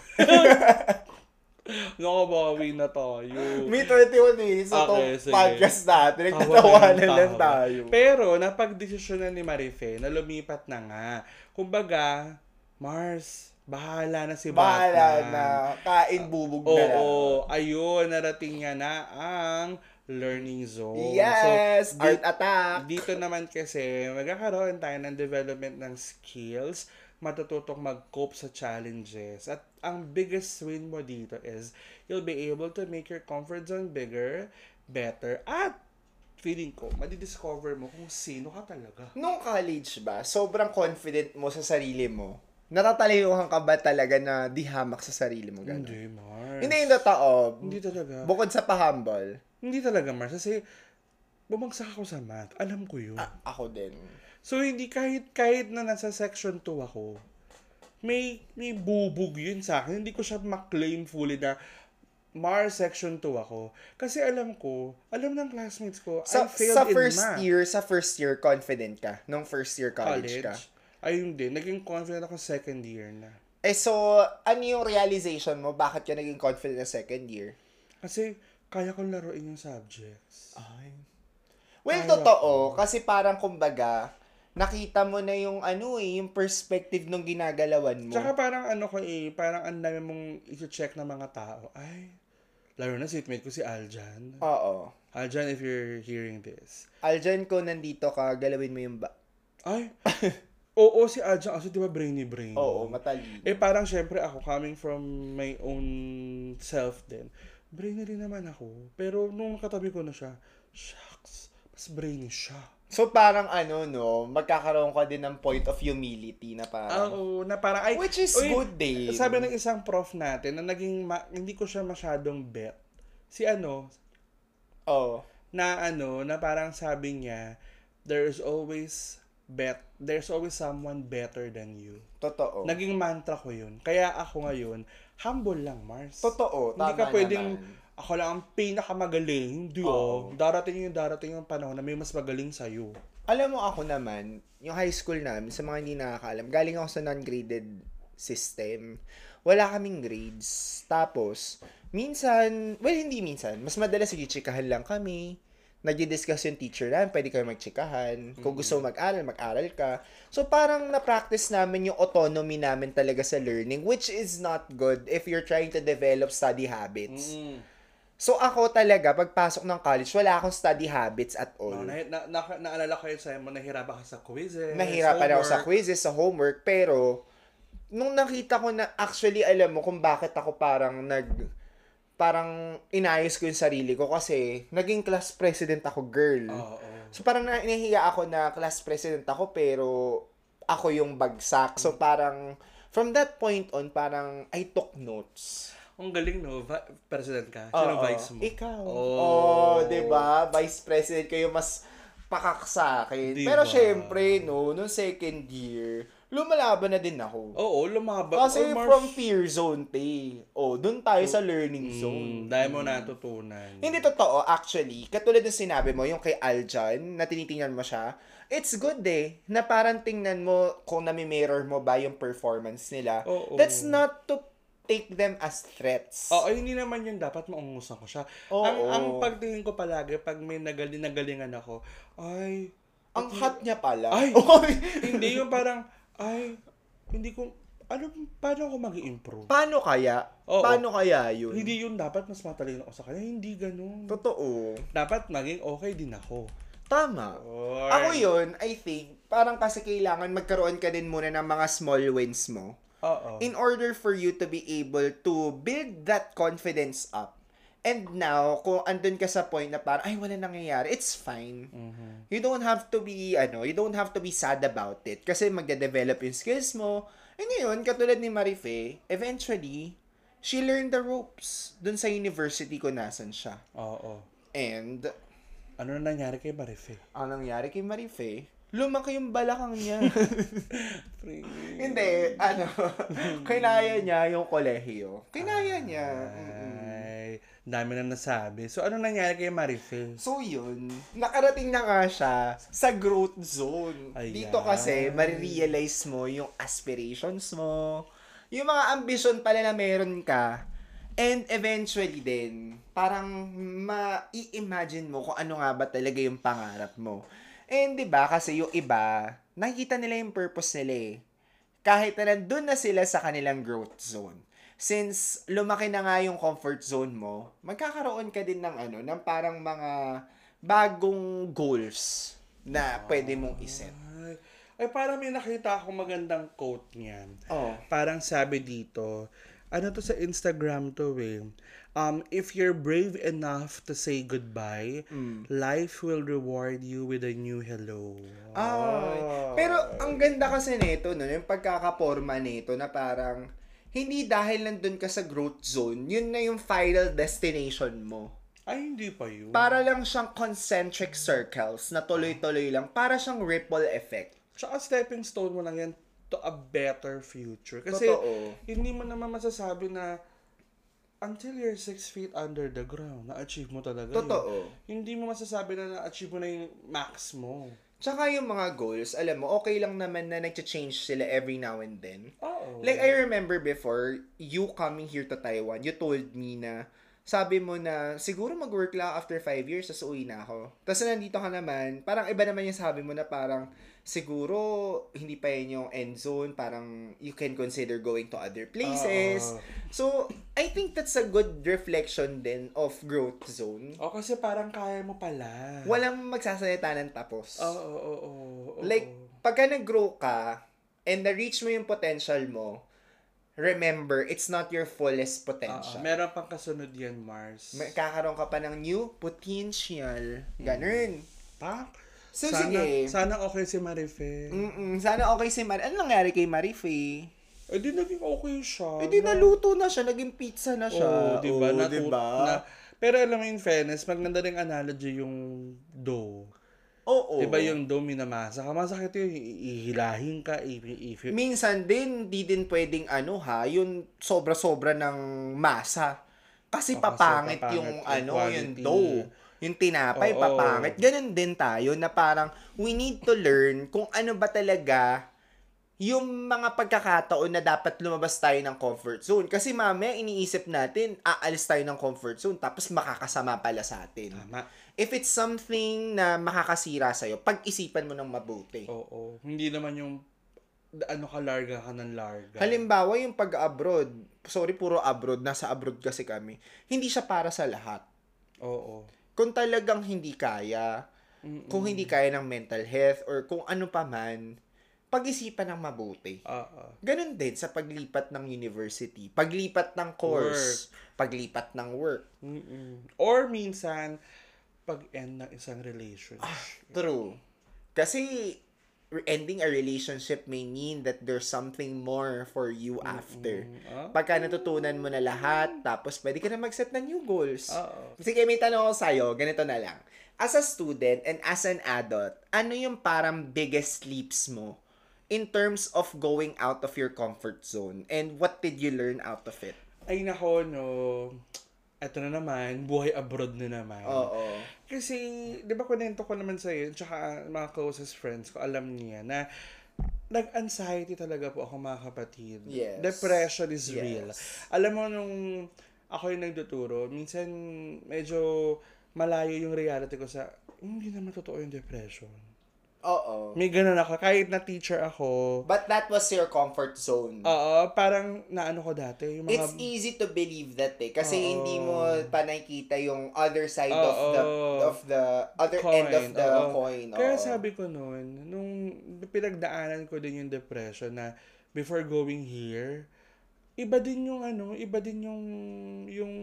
Speaker 1: Nakabawi na tayo.
Speaker 2: May 21 minutes na itong
Speaker 1: Okay, sige.
Speaker 2: podcast natin.
Speaker 1: Tawanan
Speaker 2: Nagtatawanan lang tayo.
Speaker 1: Pero, napagdesisyonan ni Marife na lumipat na nga. Kumbaga, Mars, Bahala na si Batman.
Speaker 2: Bahala na. Kain bubog
Speaker 1: Oo,
Speaker 2: na lang.
Speaker 1: ayun, narating niya na ang learning zone.
Speaker 2: Yes!
Speaker 1: So,
Speaker 2: art
Speaker 1: di-
Speaker 2: attack!
Speaker 1: dito naman kasi, magkakaroon tayo ng development ng skills, matututong mag-cope sa challenges. At ang biggest win mo dito is, you'll be able to make your comfort zone bigger, better, at feeling ko, madidiscover mo kung sino ka talaga.
Speaker 2: Nung college ba, sobrang confident mo sa sarili mo? Natatalinuhan ka ba talaga na di hamak sa sarili mo? Ganun?
Speaker 1: Hindi, Mars.
Speaker 2: Hindi yung totoo.
Speaker 1: Hindi talaga.
Speaker 2: Bukod sa pahambol,
Speaker 1: Hindi talaga, Mars. Kasi, bumagsak ako sa math. Alam ko yun.
Speaker 2: ako din.
Speaker 1: So, hindi kahit, kahit na nasa section 2 ako, may, may bubog yun sa akin. Hindi ko siya maklaim fully na Mar section 2 ako. Kasi alam ko, alam ng classmates ko, I
Speaker 2: Sa,
Speaker 1: failed
Speaker 2: sa
Speaker 1: in
Speaker 2: first
Speaker 1: math.
Speaker 2: year, sa first year, confident ka? Nung first year college, ka?
Speaker 1: Ayun din, naging confident ako second year na.
Speaker 2: Eh so, ano yung realization mo? Bakit ka naging confident na second year?
Speaker 1: Kasi, kaya kong laruin yung subjects.
Speaker 2: Ah, Well,
Speaker 1: Ayaw
Speaker 2: totoo. Kasi parang kumbaga, nakita mo na yung ano eh, yung perspective nung ginagalawan mo.
Speaker 1: Tsaka parang ano ko eh, parang ang dami mong i-check ng mga tao. Ay, laro na seatmate ko si Aljan.
Speaker 2: Oo.
Speaker 1: Aljan, if you're hearing this.
Speaker 2: Aljan, ko nandito ka, galawin mo yung ba...
Speaker 1: Ay, oo si Adjan kasi di ba brainy brain.
Speaker 2: Oo, matalino.
Speaker 1: Eh parang syempre ako coming from my own self din. Brainy rin naman ako. Pero nung katabi ko na siya, shucks, mas brainy siya.
Speaker 2: So parang ano no, magkakaroon ka din ng point of humility
Speaker 1: Ah,
Speaker 2: na parang...
Speaker 1: Oo, na parang ay
Speaker 2: Which is good din.
Speaker 1: Sabi ng isang prof natin na naging ma- hindi ko siya masyadong bet. Si ano,
Speaker 2: Oh.
Speaker 1: na ano, na parang sabi niya, there's always bet, there's always someone better than you.
Speaker 2: Totoo.
Speaker 1: Naging mantra ko yun. Kaya ako ngayon, humble lang, Mars.
Speaker 2: Totoo,
Speaker 1: Hindi
Speaker 2: tama
Speaker 1: ka pwedeng,
Speaker 2: naman.
Speaker 1: ako lang ang pinakamagaling. Hindi oh.
Speaker 2: Oo.
Speaker 1: Darating yung darating yung panahon na may mas magaling sa'yo.
Speaker 2: Alam mo ako naman, yung high school namin, sa mga hindi nakakaalam, galing ako sa non-graded system. Wala kaming grades. Tapos, minsan, well, hindi minsan, mas madalas nagchichikahan lang kami. Nagdi-discuss yung teacher namin, pwede kayo magchikahan.
Speaker 1: Mm.
Speaker 2: Kung gusto mo mag-aral, mag-aral ka. So, parang na-practice namin yung autonomy namin talaga sa learning, which is not good if you're trying to develop study habits. So, ako talaga, pagpasok ng college, wala akong study habits at
Speaker 1: Oh,
Speaker 2: all.
Speaker 1: na, na, na, naalala ko yun sa'yo mo, nahirapan ka sa quizzes.
Speaker 2: Nahirapan ako sa
Speaker 1: homework.
Speaker 2: quizzes, sa homework, pero nung nakita ko na actually alam mo kung bakit ako parang nag parang inayos ko yung sarili ko kasi naging class president ako, girl.
Speaker 1: Oo.
Speaker 2: So parang na- nahihiya ako na class president ako pero ako yung bagsak. So parang from that point on parang I took notes.
Speaker 1: Ang galing, no? Va- president ka.
Speaker 2: Oo.
Speaker 1: Sino ang vice mo?
Speaker 2: Ikaw.
Speaker 1: Oo.
Speaker 2: Oh, 'di ba? Vice president kayo mas pakak sa akin.
Speaker 1: Di
Speaker 2: Pero
Speaker 1: ba?
Speaker 2: syempre, no, nung second year, lumalaban na din ako.
Speaker 1: Oo, lumaban.
Speaker 2: Kasi
Speaker 1: Oh, Mars.
Speaker 2: from fear zone, te. Oh, dun tayo sa learning zone.
Speaker 1: Mm, dahil mo natutunan.
Speaker 2: Hindi totoo, actually. Katulad ng sinabi mo, yung kay Aljan, na tinitingnan mo siya, it's good eh, na parang tingnan mo kung nami-mirror mo ba yung performance nila.
Speaker 1: Oo.
Speaker 2: That's not to take them as threats.
Speaker 1: Oo, hindi naman yun. Dapat maungusan ko siya.
Speaker 2: Oo.
Speaker 1: ang, ang pagtingin ko palagi, pag may nagaling nagalingan ako, ay,
Speaker 2: Ang hot niya pala. Oh,
Speaker 1: Ay!
Speaker 2: Oy!
Speaker 1: hindi yung parang, ay, hindi ko, ano, paano ako mag improve
Speaker 2: Paano kaya?
Speaker 1: Oo.
Speaker 2: Paano kaya yun?
Speaker 1: Hindi yun dapat mas matalino ako sa kanya. Hindi ganun.
Speaker 2: Totoo.
Speaker 1: Dapat maging okay din ako.
Speaker 2: Tama.
Speaker 1: Or-
Speaker 2: Ako yun, I think, parang kasi kailangan magkaroon ka din muna ng mga small wins mo.
Speaker 1: Oo.
Speaker 2: in order for you to be able to build that confidence up. And now, kung andun ka sa point na parang, ay, wala nangyayari, it's fine.
Speaker 1: Mhm.
Speaker 2: You don't have to be, ano, you don't have to be sad about it. Kasi magde-develop yung skills mo. And ngayon, katulad ni Marife, eventually, she learned the ropes dun sa university ko nasan siya.
Speaker 1: Oo.
Speaker 2: And,
Speaker 1: Ano na nangyari kay Marife?
Speaker 2: ang nangyari kay Marife, lumaki yung balakang niya. Hindi, ano, kinaya niya yung kolehiyo. Kinaya niya. mm-mm.
Speaker 1: Ay, dami na nasabi. So, ano nangyari kay Marife?
Speaker 2: So yun, nakarating na nga siya sa growth zone.
Speaker 1: Ayan.
Speaker 2: Dito kasi, marirealize mo yung aspirations mo, yung mga ambition pala na meron ka, and eventually din, parang ma-imagine mo kung ano nga ba talaga yung pangarap mo. And 'di ba kasi yung iba, nakikita nila yung purpose nila eh. kahit na nandun na sila sa kanilang growth zone. Since lumaki na nga yung comfort zone mo, magkakaroon ka din ng ano, ng parang mga bagong goals na pwede mong iset.
Speaker 1: Ay, ay, parang may nakita akong magandang quote niyan.
Speaker 2: Oh.
Speaker 1: Parang sabi dito, ano to sa Instagram to eh, um, if you're brave enough to say goodbye,
Speaker 2: Hmm.
Speaker 1: life will reward you with a new hello.
Speaker 2: Ay.
Speaker 1: Oh.
Speaker 2: Pero ang ganda kasi nito, no, yung pagkakaporma nito na parang hindi dahil nandun ka sa growth zone, yun na yung final destination mo.
Speaker 1: Ay, hindi pa yun.
Speaker 2: Para lang siyang concentric circles na tuloy-tuloy lang. Para siyang ripple effect.
Speaker 1: Tsaka stepping stone mo lang yan to a better future. Kasi
Speaker 2: Totoo.
Speaker 1: hindi mo naman masasabi na until you're six feet under the ground, na-achieve mo talaga
Speaker 2: Totoo.
Speaker 1: yun. Hindi mo masasabi na na-achieve mo na yung max mo.
Speaker 2: Tsaka yung mga goals, alam mo, okay lang naman na nag-change sila every now and then.
Speaker 1: Oo.
Speaker 2: Like, I remember before, you coming here to Taiwan, you told me na, sabi mo na, siguro mag-work lang after five years, tas uwi na ako. Tapos nandito ka naman, parang iba naman yung sabi mo na parang, siguro, hindi pa yun yung end zone, parang you can consider going to other places.
Speaker 1: Oo.
Speaker 2: So, I think that's a good reflection din of growth zone.
Speaker 1: O kasi parang kaya mo pala.
Speaker 2: Walang magsasalita ng tapos.
Speaker 1: Oo, oo, oo, oo.
Speaker 2: Like, pagka nag-grow ka, and na-reach mo yung potential mo, remember, it's not your
Speaker 1: Oo,
Speaker 2: fullest potential.
Speaker 1: Ah, meron pang kasunod yan, Mars.
Speaker 2: May- Kakaroon ka pa ng new potential. Ganun.
Speaker 1: pa? Hmm.
Speaker 2: So,
Speaker 1: sana,
Speaker 2: sige. Sana,
Speaker 1: Sana okay si Marife.
Speaker 2: Mm. sana okay si Mar. Ano nangyari kay Marife?
Speaker 1: Eh, di naging okay siya.
Speaker 2: Eh, di naluto na siya. Naging pizza na siya.
Speaker 1: Oh, Oo, di ba?
Speaker 2: Oo,
Speaker 1: Natu-
Speaker 2: diba?
Speaker 1: na- pero alam mo in fairness, maganda rin analogy yung dough.
Speaker 2: Oo.
Speaker 1: Di ba yung dough minamasa ka? Masakit yun, i- ihilahin ka, ipi-ipi.
Speaker 2: Minsan din, di din pwedeng ano ha, yung sobra-sobra ng masa. Kasi
Speaker 1: Oo, kasi
Speaker 2: papangit,
Speaker 1: papangit
Speaker 2: yung,
Speaker 1: yung
Speaker 2: ano, yung
Speaker 1: quality.
Speaker 2: dough. Yung tinapay,
Speaker 1: Oo.
Speaker 2: papangit. Ganun din tayo na parang we need to learn kung ano ba talaga yung mga pagkakataon na dapat lumabas tayo ng comfort zone. Kasi mamaya iniisip natin, aalis tayo ng comfort zone tapos makakasama pala sa atin.
Speaker 1: Tama.
Speaker 2: If it's something na makakasira sa'yo, pag-isipan mo ng mabuti.
Speaker 1: Oo. Hindi naman yung ano ka larga ka ng larga.
Speaker 2: Halimbawa, yung pag-abroad, sorry, puro abroad, nasa abroad kasi kami, hindi siya para sa lahat.
Speaker 1: Oo.
Speaker 2: Kung talagang hindi kaya,
Speaker 1: Mm-mm.
Speaker 2: kung hindi kaya ng mental health, or kung ano pa man, pag-isipan ng mabuti.
Speaker 1: Ah, ah.
Speaker 2: Ganon din sa paglipat ng university, paglipat ng course, paglipat ng work.
Speaker 1: Mm-mm. Or minsan, pag-end ng isang relationship.
Speaker 2: Ah. True. Kasi, re- ending a relationship may mean that there's something more for you after.
Speaker 1: Ah.
Speaker 2: Pagka natutunan mo na lahat, tapos pwede ka na mag-set ng new goals.
Speaker 1: Oo.
Speaker 2: Sige, may tanong ako sa'yo. Ganito na lang. As a student and as an adult, ano yung parang biggest leaps mo in terms of going out of your comfort zone? And what did you learn out of it?
Speaker 1: Ay nako, no. Ito na naman, buhay abroad na naman.
Speaker 2: Oo.
Speaker 1: Kasi, di ba kunento ko naman sa'yo, tsaka mga closest friends ko, alam niya na nag-anxiety talaga po ako mga kapatid.
Speaker 2: Yes.
Speaker 1: Depression is
Speaker 2: Yes.
Speaker 1: real. Alam mo, nung ako yung nagtuturo, minsan medyo malayo yung reality ko sa, "Hmm, hindi naman totoo yung depression.
Speaker 2: Oo.
Speaker 1: May ganun ako. Kahit na teacher ako,
Speaker 2: But that was your comfort zone.
Speaker 1: oo, parang naano ko dati. Yung mga,
Speaker 2: It's easy to believe that eh. Kasi
Speaker 1: Oo.
Speaker 2: hindi mo pa nakikita yung other side of the
Speaker 1: Oo.
Speaker 2: of the other end of the
Speaker 1: oo.
Speaker 2: coin.
Speaker 1: Kaya
Speaker 2: oo.
Speaker 1: sabi ko noon, nung pinagdaanan ko din yung depression na before going here, iba din yung ano, iba din yung yung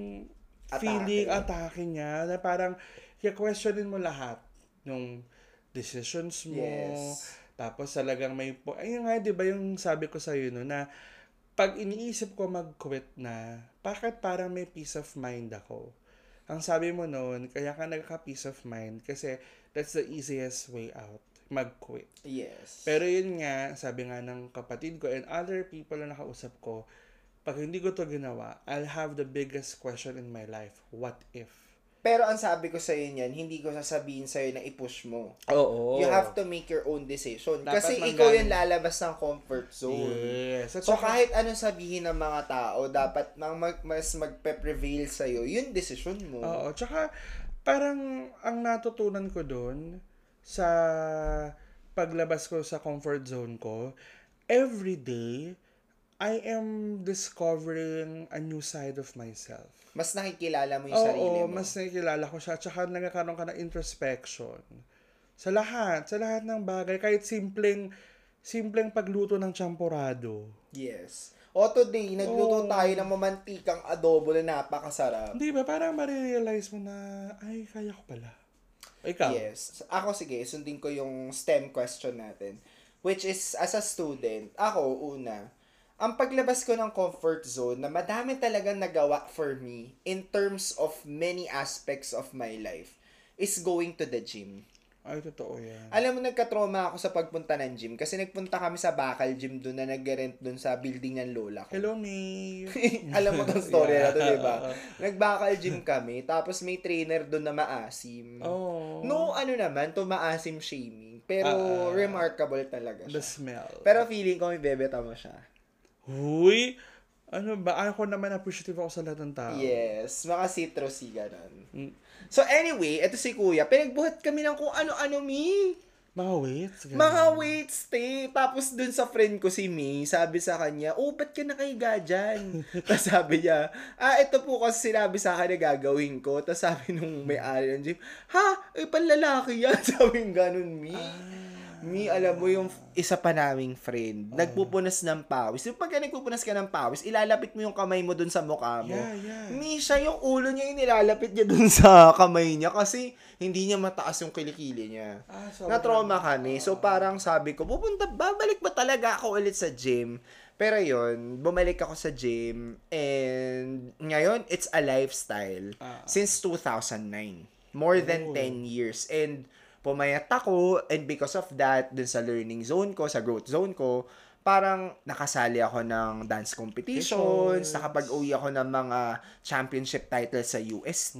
Speaker 2: Atake.
Speaker 1: feeling atake niya na parang i-questionin mo lahat nung decisions mo.
Speaker 2: Yes.
Speaker 1: Tapos talagang may po. Ayun nga, 'di ba yung sabi ko sa no na pag iniisip ko mag-quit na, bakit parang may peace of mind ako? Ang sabi mo noon, kaya ka nagka-peace of mind kasi that's the easiest way out, mag-quit.
Speaker 2: Yes.
Speaker 1: Pero yun nga, sabi nga ng kapatid ko and other people na nakausap ko, pag hindi ko to ginawa, I'll have the biggest question in my life, what if?
Speaker 2: Pero ang sabi ko sa niyan, hindi ko sasabihin sa na i-push mo.
Speaker 1: Oo.
Speaker 2: You have to make your own decision.
Speaker 1: Dapat
Speaker 2: Kasi
Speaker 1: manggaling.
Speaker 2: ikaw yung lalabas ng comfort zone.
Speaker 1: Yes. At
Speaker 2: So
Speaker 1: saka-
Speaker 2: kahit ano sabihin ng mga tao, dapat mang mag, mas magpe-prevail sa yung decision mo.
Speaker 1: Oo, tsaka parang ang natutunan ko doon sa paglabas ko sa comfort zone ko, every day, I am discovering a new side of myself.
Speaker 2: Mas nakikilala mo yung
Speaker 1: Oo,
Speaker 2: sarili mo.
Speaker 1: mas nakikilala ko siya. Tsaka nagkakaroon ka ng introspection. Sa lahat, sa lahat ng bagay. Kahit simpleng, simpleng pagluto ng champorado.
Speaker 2: Yes. O today, nagluto
Speaker 1: Oo.
Speaker 2: tayo ng mamantikang adobo na napakasarap.
Speaker 1: Hindi ba? Parang marirealize mo na, ay, kaya ko pala. Ikaw.
Speaker 2: Yes. Ako sige, sundin ko yung STEM question natin. Which is, as a student, ako una, ang paglabas ko ng comfort zone na madami talagang nagawa for me in terms of many aspects of my life is going to the gym.
Speaker 1: Ay, totoo yan.
Speaker 2: Alam mo, nagka-trauma ako sa pagpunta ng gym kasi nagpunta kami sa Bakal Gym doon na nag-rent doon sa building ng lola ko.
Speaker 1: Hello, May.
Speaker 2: Alam mo tong story
Speaker 1: Yeah.
Speaker 2: na to, di ba?
Speaker 1: Oo.
Speaker 2: Nagbakal gym kami, tapos may trainer doon na maasim.
Speaker 1: Oh.
Speaker 2: No, ano naman, to maasim shaming. Pero
Speaker 1: Ah, ah.
Speaker 2: remarkable talaga
Speaker 1: The
Speaker 2: siya.
Speaker 1: smell.
Speaker 2: Pero feeling ko may bebeta mo siya.
Speaker 1: Huy! Ano ba? Ako naman appreciative ako sa lahat ng tao.
Speaker 2: Yes, maka citrusy ganun.
Speaker 1: Mm.
Speaker 2: So anyway, eto si Kuya, pinagbuhat kami ng kung ano-ano, mi.
Speaker 1: Mga weights. ganun.
Speaker 2: Mga wait, stay. Tapos dun sa friend ko si May, sabi sa kanya, oh, ba't ka nakahiga dyan? Tapos sabi niya, ah, ito po kasi sinabi sa akin na gagawin ko. Tapos sabi nung
Speaker 1: Hmm.
Speaker 2: may-ari ng gym, ha? Eh, panlalaki yan. Sabi yung ganun, May.
Speaker 1: Ah.
Speaker 2: May, alam mo yung isa pa naming
Speaker 1: Oh.
Speaker 2: friend, nagpupunas ng pawis. Yung pagka nagpupunas ka ng pawis, ilalapit mo yung kamay mo dun sa mukha mo.
Speaker 1: Yeah, yeah.
Speaker 2: May siya yung ulo niya, inilalapit niya dun sa kamay niya kasi hindi niya mataas yung kilikili niya.
Speaker 1: Ah, sobrang-
Speaker 2: Na-trauma kami. So parang sabi ko, pupunta, babalik ba talaga ako ulit sa gym? Pero yon bumalik ako sa gym and ngayon, it's a lifestyle
Speaker 1: Ah.
Speaker 2: since 2009. More than
Speaker 1: Oh.
Speaker 2: 10 years. And pumayat ako and because of that, dun sa learning zone ko, sa growth zone ko, parang nakasali ako ng dance competitions,
Speaker 1: Competitions.
Speaker 2: nakapag-uwi ako ng mga championship titles sa UST,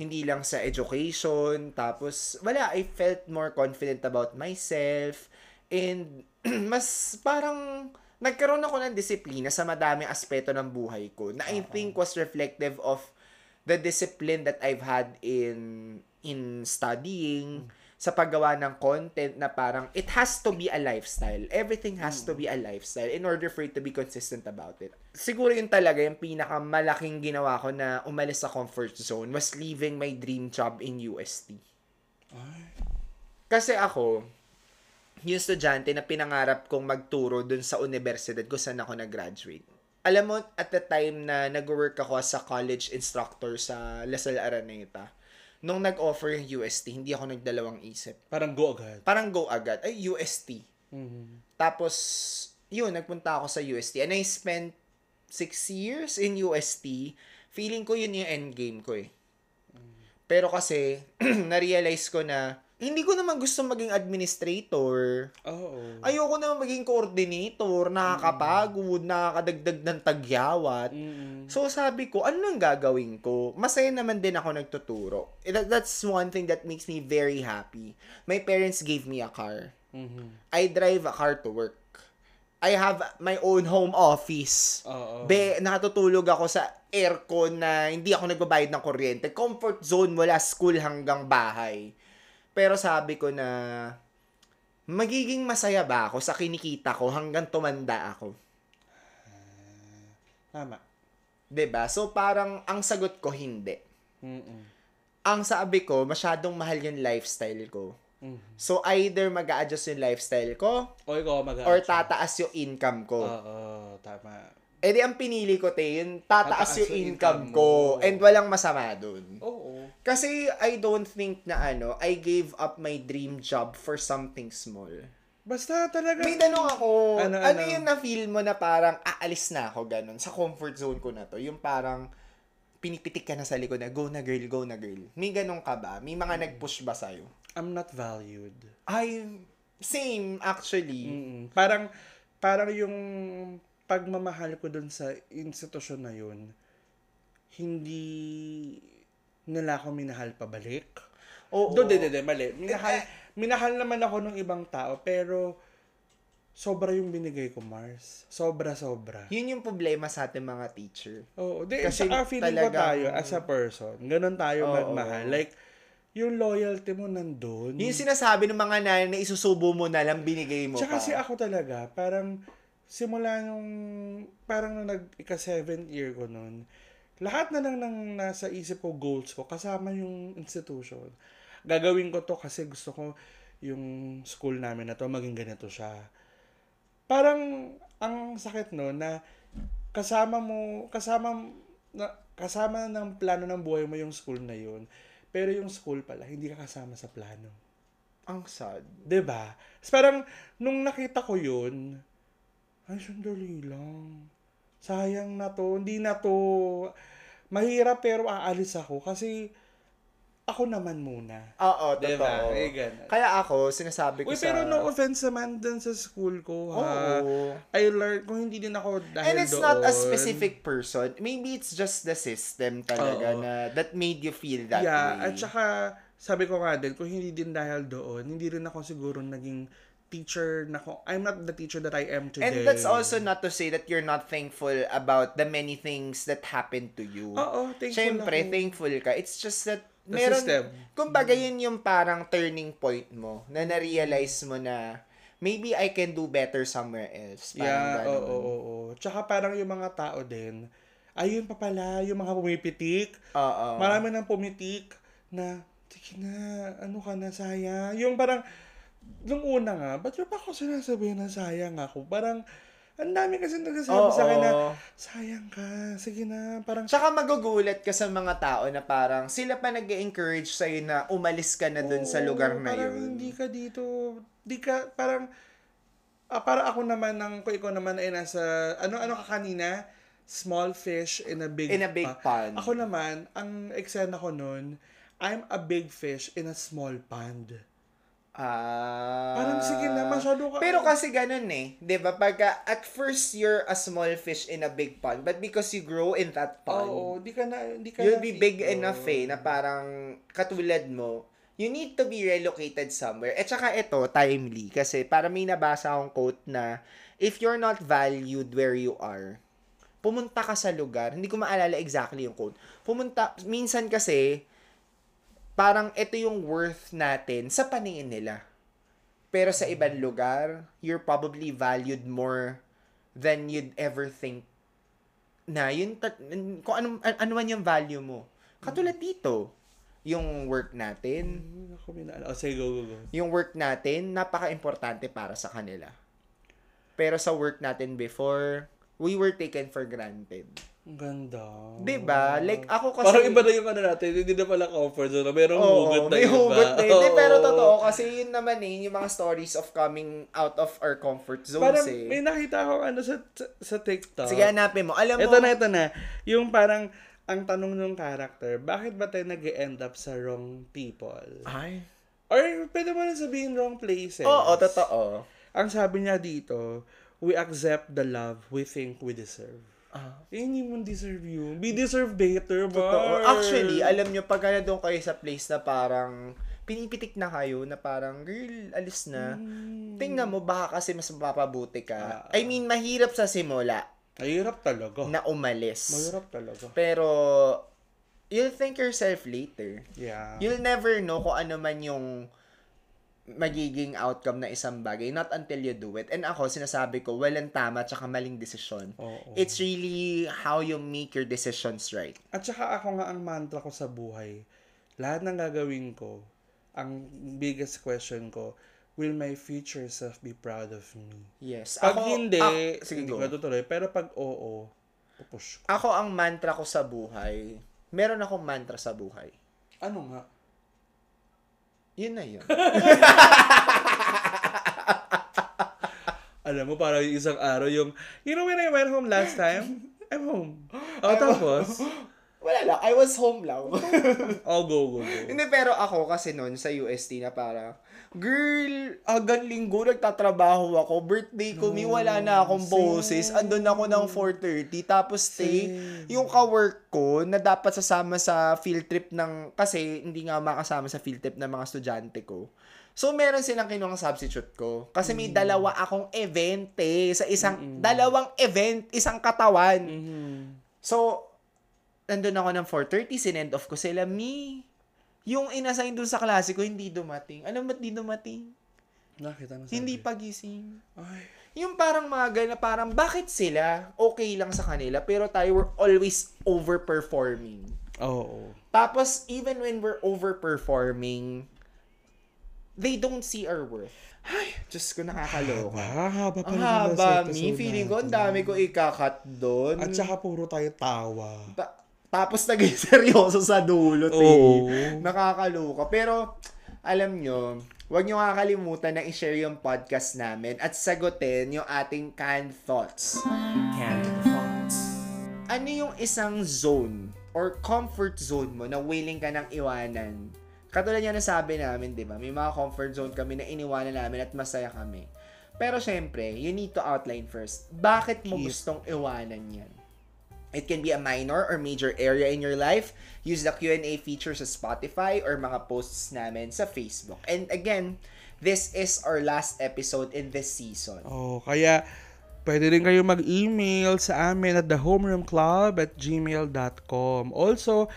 Speaker 2: hindi lang sa education, tapos wala, I felt more confident about myself, and mas parang nagkaroon ako ng disiplina sa madaming aspeto ng buhay ko na I think was reflective of the discipline that I've had in in studying sa paggawa ng content na parang it has to be a lifestyle. Everything has to be a lifestyle in order for it to be consistent about it. Siguro yun talaga yung pinakamalaking ginawa ko na umalis sa comfort zone was leaving my dream job in UST. Kasi ako, yung estudyante na pinangarap kong magturo dun sa universidad ko saan ako nag-graduate. Alam mo, at the time na nag-work ako as a college instructor sa Lasal Araneta, nung nag-offer yung UST, hindi ako nagdalawang isip.
Speaker 1: Parang go agad.
Speaker 2: Parang go agad. Ay, UST. Mm-hmm. Tapos, yun, nagpunta ako sa UST. And I spent six years in UST. Feeling ko yun yung endgame ko eh. Pero kasi, na-realize ko na, hindi ko naman gusto maging administrator.
Speaker 1: Oo.
Speaker 2: Ayoko naman maging coordinator, nakakapagod, nakakadagdag ng tagyawat.
Speaker 1: Mm.
Speaker 2: So sabi ko, ano nang gagawin ko? Masaya naman din ako nagtuturo. Eh, that- That's one thing that makes me very happy. My parents gave me a car. I drive a car to work. I have my own home office.
Speaker 1: Oo.
Speaker 2: Be, nakatutulog ako sa aircon na hindi ako nagbabayad ng kuryente. Comfort zone mula school hanggang bahay. Pero sabi ko na magiging masaya ba ako sa kinikita ko hanggang tumanda ako?
Speaker 1: Tama.
Speaker 2: 'Di ba? Diba? So parang ang sagot ko hindi.
Speaker 1: Mm-mm.
Speaker 2: Ang sabi ko, masyadong mahal yung lifestyle ko.
Speaker 1: Mhm.
Speaker 2: So either mag adjust yung lifestyle ko
Speaker 1: O ikaw mag
Speaker 2: or tataas yung income ko.
Speaker 1: Oo, tama.
Speaker 2: Eh di ang pinili ko te, yung tataas
Speaker 1: Tataas
Speaker 2: yung
Speaker 1: yung
Speaker 2: income
Speaker 1: income
Speaker 2: ko
Speaker 1: mo.
Speaker 2: and walang masama dun.
Speaker 1: Oo.
Speaker 2: Kasi I don't think na ano, I gave up my dream job for something small.
Speaker 1: Basta talaga.
Speaker 2: May tanong ako, ano,
Speaker 1: Ano, ano?
Speaker 2: yung na-feel mo na parang aalis na ako ganun sa comfort zone ko na to? Yung parang pinipitik ka na sa likod na go na girl, go na girl. May ganun ka ba? May mga nag-push ba sa'yo?
Speaker 1: I'm not valued.
Speaker 2: Ay, same actually.
Speaker 1: Mm-mm. Parang, parang yung pagmamahal ko dun sa institusyon na yun, hindi nila ako minahal pabalik.
Speaker 2: Oo. Eh,
Speaker 1: Doon, di, di, di, mali. Minahal, minahal naman ako ng ibang tao, pero sobra yung binigay ko, Mars. Sobra, sobra.
Speaker 2: Yun yung problema sa ating mga teacher.
Speaker 1: Oo, di,
Speaker 2: Kasi
Speaker 1: Kasi feeling ko
Speaker 2: talagang-
Speaker 1: tayo as a person, ganun tayo
Speaker 2: Oo.
Speaker 1: magmahal. Like, yung loyalty mo nandun.
Speaker 2: Yung sinasabi ng mga nanay na isusubo mo na lang binigay mo
Speaker 1: Tsaka
Speaker 2: pa.
Speaker 1: kasi ako talaga, parang simula nung, parang nung nag ika seventh year ko nun, lahat na lang ng nasa isip ko goals ko, kasama yung institution. Gagawin ko to kasi gusto ko yung school namin na to, maging ganito siya. Parang, ang sakit no, na kasama mo, kasama, na, kasama ng plano ng buhay mo yung school na yun. Pero yung school pala, hindi ka kasama sa plano.
Speaker 2: Ang sad.
Speaker 1: 'Di ba? Tapos Parang, nung nakita ko yun, ay, sandali lang. Sayang na to. Hindi na to. Mahirap pero aalis ako kasi ako naman muna.
Speaker 2: Oo,
Speaker 1: Diba?
Speaker 2: totoo.
Speaker 1: Eh, ganun.
Speaker 2: Kaya ako, sinasabi
Speaker 1: Uy,
Speaker 2: ko sa...
Speaker 1: pero no offense naman dun sa school ko, ha?
Speaker 2: Oo.
Speaker 1: I learned, kung hindi din ako dahil
Speaker 2: And it's
Speaker 1: doon,
Speaker 2: not a specific person. Maybe it's just the system talaga
Speaker 1: Oo.
Speaker 2: na that made you feel that
Speaker 1: yeah,
Speaker 2: way.
Speaker 1: at saka, sabi ko nga din, kung hindi din dahil doon, hindi rin ako siguro naging teacher na ko. I'm not the teacher that I am today.
Speaker 2: And that's also not to say that you're not thankful about the many things that happened to you.
Speaker 1: Oo, thankful
Speaker 2: Siyempre,
Speaker 1: ako.
Speaker 2: thankful ka. It's just that
Speaker 1: The
Speaker 2: meron,
Speaker 1: system. Mm.
Speaker 2: kumbaga yun yung parang turning point mo na na-realize mo na maybe I can do better somewhere else. Parang
Speaker 1: Yeah, oo,
Speaker 2: ganun.
Speaker 1: oo, oo. Tsaka parang yung mga tao din, ayun pa pala, yung mga pumipitik.
Speaker 2: Oo.
Speaker 1: Marami nang pumitik na, sige na, ano ka na, sayang. Yung parang, nung una nga, ba't yung pa ako sinasabihin na sayang ako? Parang, ang dami kasi nagsasabi
Speaker 2: Oo.
Speaker 1: sa akin na, sayang ka, sige na, parang,
Speaker 2: Tsaka magugulat ka sa mga tao na parang sila pa nag encourage sa'yo na umalis ka na dun sa
Speaker 1: Oo,
Speaker 2: lugar na
Speaker 1: parang
Speaker 2: yun.
Speaker 1: hindi ka dito, di ka, parang, ah, para ako naman, ng, kung ikaw naman ay nasa, ano, ano ka kanina? Small fish in a big
Speaker 2: In a big pond.
Speaker 1: Ako naman, ang eksena ko nun, I'm a big fish in a small pond.
Speaker 2: Ah.
Speaker 1: Parang sige na, masyado ka-
Speaker 2: Pero kasi ganun eh. 'di ba Pagka at first you're a small fish in a big pond. But because you grow in that pond,
Speaker 1: Oo, di ka na, di ka na
Speaker 2: you'll be big
Speaker 1: dito.
Speaker 2: enough eh. Na parang katulad mo, you need to be relocated somewhere. At saka ito, timely. Kasi para may nabasa akong quote na, if you're not valued where you are, pumunta ka sa lugar. Hindi ko maalala exactly yung quote. Pumunta, minsan kasi, parang ito yung worth natin sa paningin nila. Pero sa ibang lugar, you're probably valued more than you'd ever think na yun, ta- kung ano, ano man yung value mo. Katulad dito, yung work natin,
Speaker 1: Ay, Ako, may naala- O, sige, go, go, go.
Speaker 2: yung work natin, napaka-importante para sa kanila. Pero sa work natin before, we were taken for granted.
Speaker 1: Ang ganda.
Speaker 2: 'Di ba Like, ako kasi...
Speaker 1: Diba? Oh. Parang iba na yung ano natin, hindi na pala comfort zone. Merong hugot na
Speaker 2: may
Speaker 1: iba.
Speaker 2: hugot na yun. Di,
Speaker 1: Oo.
Speaker 2: pero totoo, kasi yun naman eh, yung mga stories of coming out of our comfort zones
Speaker 1: Parang
Speaker 2: eh.
Speaker 1: may nakita ako ano sa, sa, sa TikTok.
Speaker 2: Sige, hanapin mo. Alam mo,
Speaker 1: Ito na, ito na. Yung parang, ang tanong ng character, bakit ba tayo nag end up sa wrong people?
Speaker 2: Ay.
Speaker 1: Or pwede mo na sabihin wrong places.
Speaker 2: Oo, totoo.
Speaker 1: Ang sabi niya dito, we accept the love we think we deserve.
Speaker 2: Ah.
Speaker 1: Eh, hindi mo deserve yun. We deserve better, ba?
Speaker 2: Totoo. Actually, alam nyo, pag na doon kayo sa place na parang pinipitik na kayo na parang, girl, alis na.
Speaker 1: Hmm.
Speaker 2: Tingnan mo, baka kasi mas mapapabuti
Speaker 1: Ah.
Speaker 2: ka. I mean, mahirap sa simula
Speaker 1: Mahirap talaga.
Speaker 2: na umalis.
Speaker 1: Mahirap talaga.
Speaker 2: Pero, you'll thank yourself later.
Speaker 1: Yeah.
Speaker 2: You'll never know kung ano man yung magiging outcome na isang bagay. Not until you do it. And ako, sinasabi ko, walang tama tsaka maling desisyon.
Speaker 1: Oo.
Speaker 2: It's really how you make your decisions right.
Speaker 1: At saka ako nga ang mantra ko sa buhay. Lahat ng gagawin ko, ang biggest question ko, will my future self be proud of me?
Speaker 2: Yes.
Speaker 1: Pag
Speaker 2: Ako-
Speaker 1: hindi,
Speaker 2: ah, sige,
Speaker 1: hindi ko
Speaker 2: go.
Speaker 1: natutuloy. Pero pag oo, pupush ko.
Speaker 2: Ako ang mantra ko sa buhay. Meron akong mantra sa buhay.
Speaker 1: Ano nga?
Speaker 2: Yun na yun.
Speaker 1: Alam mo, parang yung isang araw yung, you know when I went home last time? I'm home. Oh, tapos,
Speaker 2: Wala lang. I was home lang.
Speaker 1: oh, go, go, go.
Speaker 2: hindi, pero ako kasi noon sa UST na parang, Girl, hanggang linggo nagtatrabaho ako. Birthday ko, may wala na akong boses. Andun ako ng 4.30. Tapos, stay, yung kawork ko na dapat sasama sa field trip ng, kasi hindi nga makasama sa field trip ng mga estudyante ko. So, meron silang kinuha substitute ko. Kasi may dalawa akong event eh. Sa isang, dalawang event, isang katawan.
Speaker 1: Mm-hmm.
Speaker 2: So, nandun ako ng 4.30, sinend off ko sila, me, Yung inassign dun sa klase ko, hindi dumating. Alam mo ba't di dumating?
Speaker 1: Nakita mo
Speaker 2: Hindi pagising.
Speaker 1: Ay.
Speaker 2: Yung parang mga gana, parang bakit sila okay lang sa kanila, pero tayo were always overperforming.
Speaker 1: Oo.
Speaker 2: Tapos, even when we're overperforming, they don't see our worth. Ay, Diyos ko, nakakaloka.
Speaker 1: Mahaba pa
Speaker 2: Ang
Speaker 1: naman ang
Speaker 2: haba,
Speaker 1: episode
Speaker 2: mi. Feeling ko, ang
Speaker 1: natin.
Speaker 2: dami ko ikakat doon.
Speaker 1: At saka puro tayo tawa.
Speaker 2: Ta- tapos naging seryoso sa dulo, te.
Speaker 1: Oo.
Speaker 2: Nakakaloka. Pero, alam nyo, huwag nyo kakalimutan na i-share yung podcast namin at sagutin yung ating canned thoughts. Canned thoughts. Ano yung isang zone or comfort zone mo na willing ka nang iwanan? Katulad yan na sabi namin, di ba? May mga comfort zone kami na iniwanan namin at masaya kami. Pero syempre, you need to outline first. Bakit mo gustong iwanan yan? It can be a minor or major area in your life. Use the Q&A feature sa Spotify or mga posts namin sa Facebook. And again, this is our last episode in this season.
Speaker 1: Oh, kaya pwede rin kayo mag-email sa amin at thehomeroomclub at gmail.com. Also,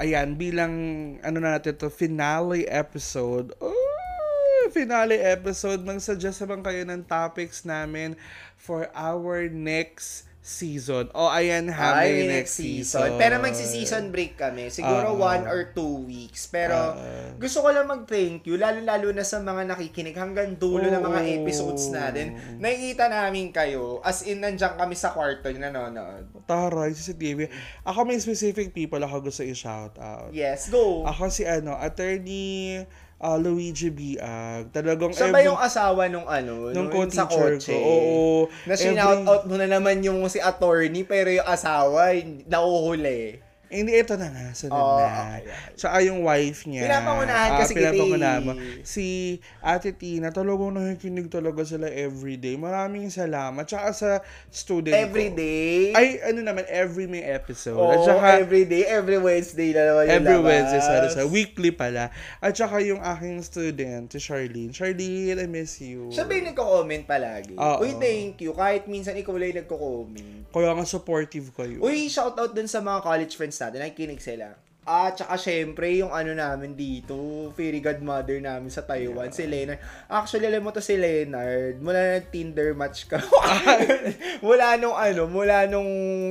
Speaker 1: ayan, bilang ano na natin to, finale episode. Oh, finale episode. Mag-suggest naman kayo ng topics namin for our next season. Oh, ayan ha, may
Speaker 2: Ay,
Speaker 1: next season.
Speaker 2: Pero magsi-season break kami. Siguro
Speaker 1: Ah.
Speaker 2: one or two weeks. Pero gusto ko lang mag-thank you, lalo-lalo na sa mga nakikinig hanggang dulo ng mga
Speaker 1: Oo.
Speaker 2: episodes natin. Nakikita namin kayo. As in, nandiyan kami sa kwarto na nanonood.
Speaker 1: Taray, si TV. Ako may specific people ako gusto i-shout out.
Speaker 2: Yes, go!
Speaker 1: Ako si ano, attorney uh, Luigi Biag. Talagang
Speaker 2: Siya ba
Speaker 1: every-
Speaker 2: yung asawa nung ano?
Speaker 1: Nung
Speaker 2: nung sa
Speaker 1: co-teacher ko,
Speaker 2: kotse?
Speaker 1: oo.
Speaker 2: Na
Speaker 1: Every-
Speaker 2: shout out mo na naman yung si attorney, pero yung asawa, hindi- nahuhuli.
Speaker 1: Hindi, ito na nga. Sunod na.
Speaker 2: Oo, Oh, okay, okay.
Speaker 1: Tsaka yung wife niya.
Speaker 2: Pinapangunahan
Speaker 1: Ah,
Speaker 2: kasi kita eh.
Speaker 1: pinapangunahan mo. Si Ate Tina, talagang nakikinig talaga sila everyday. Maraming salamat. Tsaka sa student ko.
Speaker 2: Every day.
Speaker 1: Ay, ano naman, every may episode.
Speaker 2: Oo,
Speaker 1: At tsaka,
Speaker 2: every day, every Wednesday na naman yung
Speaker 1: Every
Speaker 2: labas.
Speaker 1: Wednesday, sorry, sa weekly pala. At saka yung aking student, si Charlene. Charlene, I miss you.
Speaker 2: Siya ba yung nagko-comment palagi?
Speaker 1: Oo.
Speaker 2: Uy, thank you. Kahit minsan ikaw lang yung nagko-comment.
Speaker 1: Kaya nga supportive kayo.
Speaker 2: Uy, shout out dun sa mga college friends natin. Nakikinig sila. At saka syempre, yung ano namin dito, fairy godmother namin sa Taiwan, si Leonard. Actually, alam mo to si Leonard, mula na Tinder match ka. mula nung ano, mula nung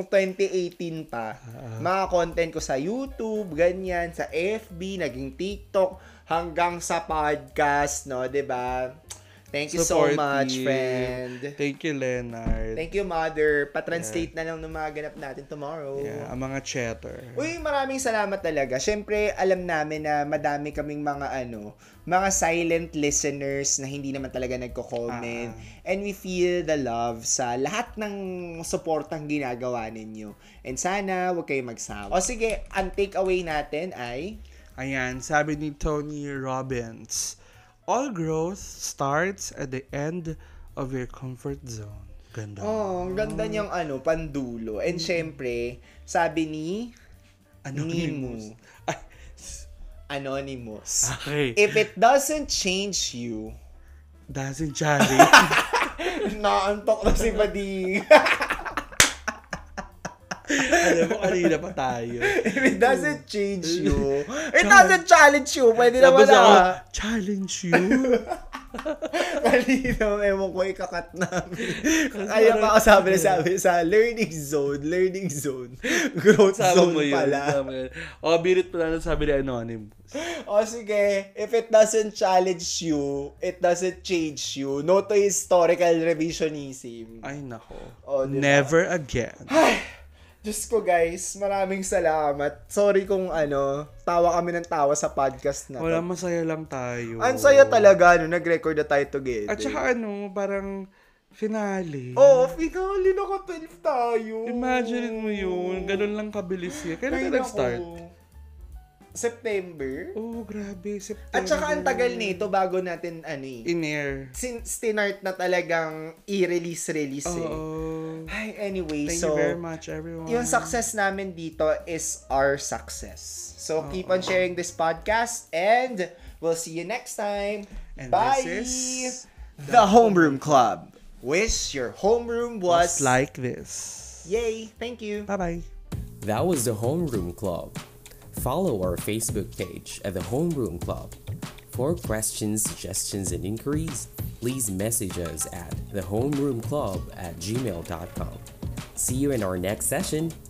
Speaker 2: 2018 pa.
Speaker 1: Ah.
Speaker 2: Mga content ko sa YouTube, ganyan, sa FB, naging TikTok, hanggang sa podcast, no, 'di ba? Thank you so
Speaker 1: Supportive.
Speaker 2: much, friend.
Speaker 1: Thank you, Leonard.
Speaker 2: Thank you, Mother. Patranslate na lang ng mga ganap natin tomorrow.
Speaker 1: Yeah, ang mga chatter.
Speaker 2: Uy, maraming salamat talaga. Siyempre, alam namin na madami kaming mga ano, mga silent listeners na hindi naman talaga nagko-comment. And we feel the love sa lahat ng suportang ginagawa ninyo. And sana, huwag kayong magsawa. O sige, ang takeaway natin ay...
Speaker 1: Ayan, sabi ni Tony Robbins, All growth starts at the end of your comfort zone. Ganda.
Speaker 2: Oh, ang ganda niyang ano, pandulo. And syempre, sabi ni
Speaker 1: Anonymous.
Speaker 2: Nemo.
Speaker 1: Ano Ay,
Speaker 2: Anonymous.
Speaker 1: okay.
Speaker 2: If it doesn't change you,
Speaker 1: Dancing Charlie.
Speaker 2: naantok na si Bading.
Speaker 1: Alam mo, kanina pa tayo.
Speaker 2: If it doesn't
Speaker 1: Mm.
Speaker 2: change you, it doesn't challenge you. Pwede naman
Speaker 1: Tapos ako,
Speaker 2: na.
Speaker 1: challenge you.
Speaker 2: Kanina, ewan ko, ikakat namin. Kaya pa ako sabi na sabi sa learning zone, learning zone, growth
Speaker 1: Sama
Speaker 2: zone
Speaker 1: mo yun.
Speaker 2: pala.
Speaker 1: Sama mo yun. O, birit pala na sabi ni Anonymous.
Speaker 2: O sige, if it doesn't challenge you, it doesn't change you. No to historical revisionism.
Speaker 1: Ay, nako.
Speaker 2: O, di ba?
Speaker 1: Never again.
Speaker 2: Diyos ko guys, maraming salamat. Sorry kung ano, tawa kami ng tawa sa podcast na to.
Speaker 1: Wala, masaya lang tayo.
Speaker 2: Ang saya talaga, no, nag-record na tayo together.
Speaker 1: At saka ano, parang finale.
Speaker 2: Oo, oh, finally naka 12 tayo.
Speaker 1: Imagine mo yun. Ganun lang kabilis yun. Kailan
Speaker 2: Ay,
Speaker 1: ka nag-start?
Speaker 2: naku. September?
Speaker 1: Oh, grabe. September.
Speaker 2: At saka ang tagal nito bago natin ano eh.
Speaker 1: In-air.
Speaker 2: Since tinart na talagang i-release-release eh.
Speaker 1: Oo.
Speaker 2: Ay, anyway,
Speaker 1: Thank
Speaker 2: so...
Speaker 1: you very much, everyone.
Speaker 2: Yung success namin dito is our success. So, keep
Speaker 1: Oh.
Speaker 2: on sharing this podcast and we'll see you next time.
Speaker 1: And
Speaker 2: Bye!
Speaker 1: this is
Speaker 2: The Homeroom Club. Wish your homeroom
Speaker 1: Just
Speaker 2: was...
Speaker 1: like this.
Speaker 2: Yay! Thank you!
Speaker 1: Bye-bye.
Speaker 4: That was the Homeroom Club. Follow our Facebook page at the Homeroom Club. For questions, suggestions, and inquiries, please message us at thehomeroomclub at gmail.com. See you in our next session.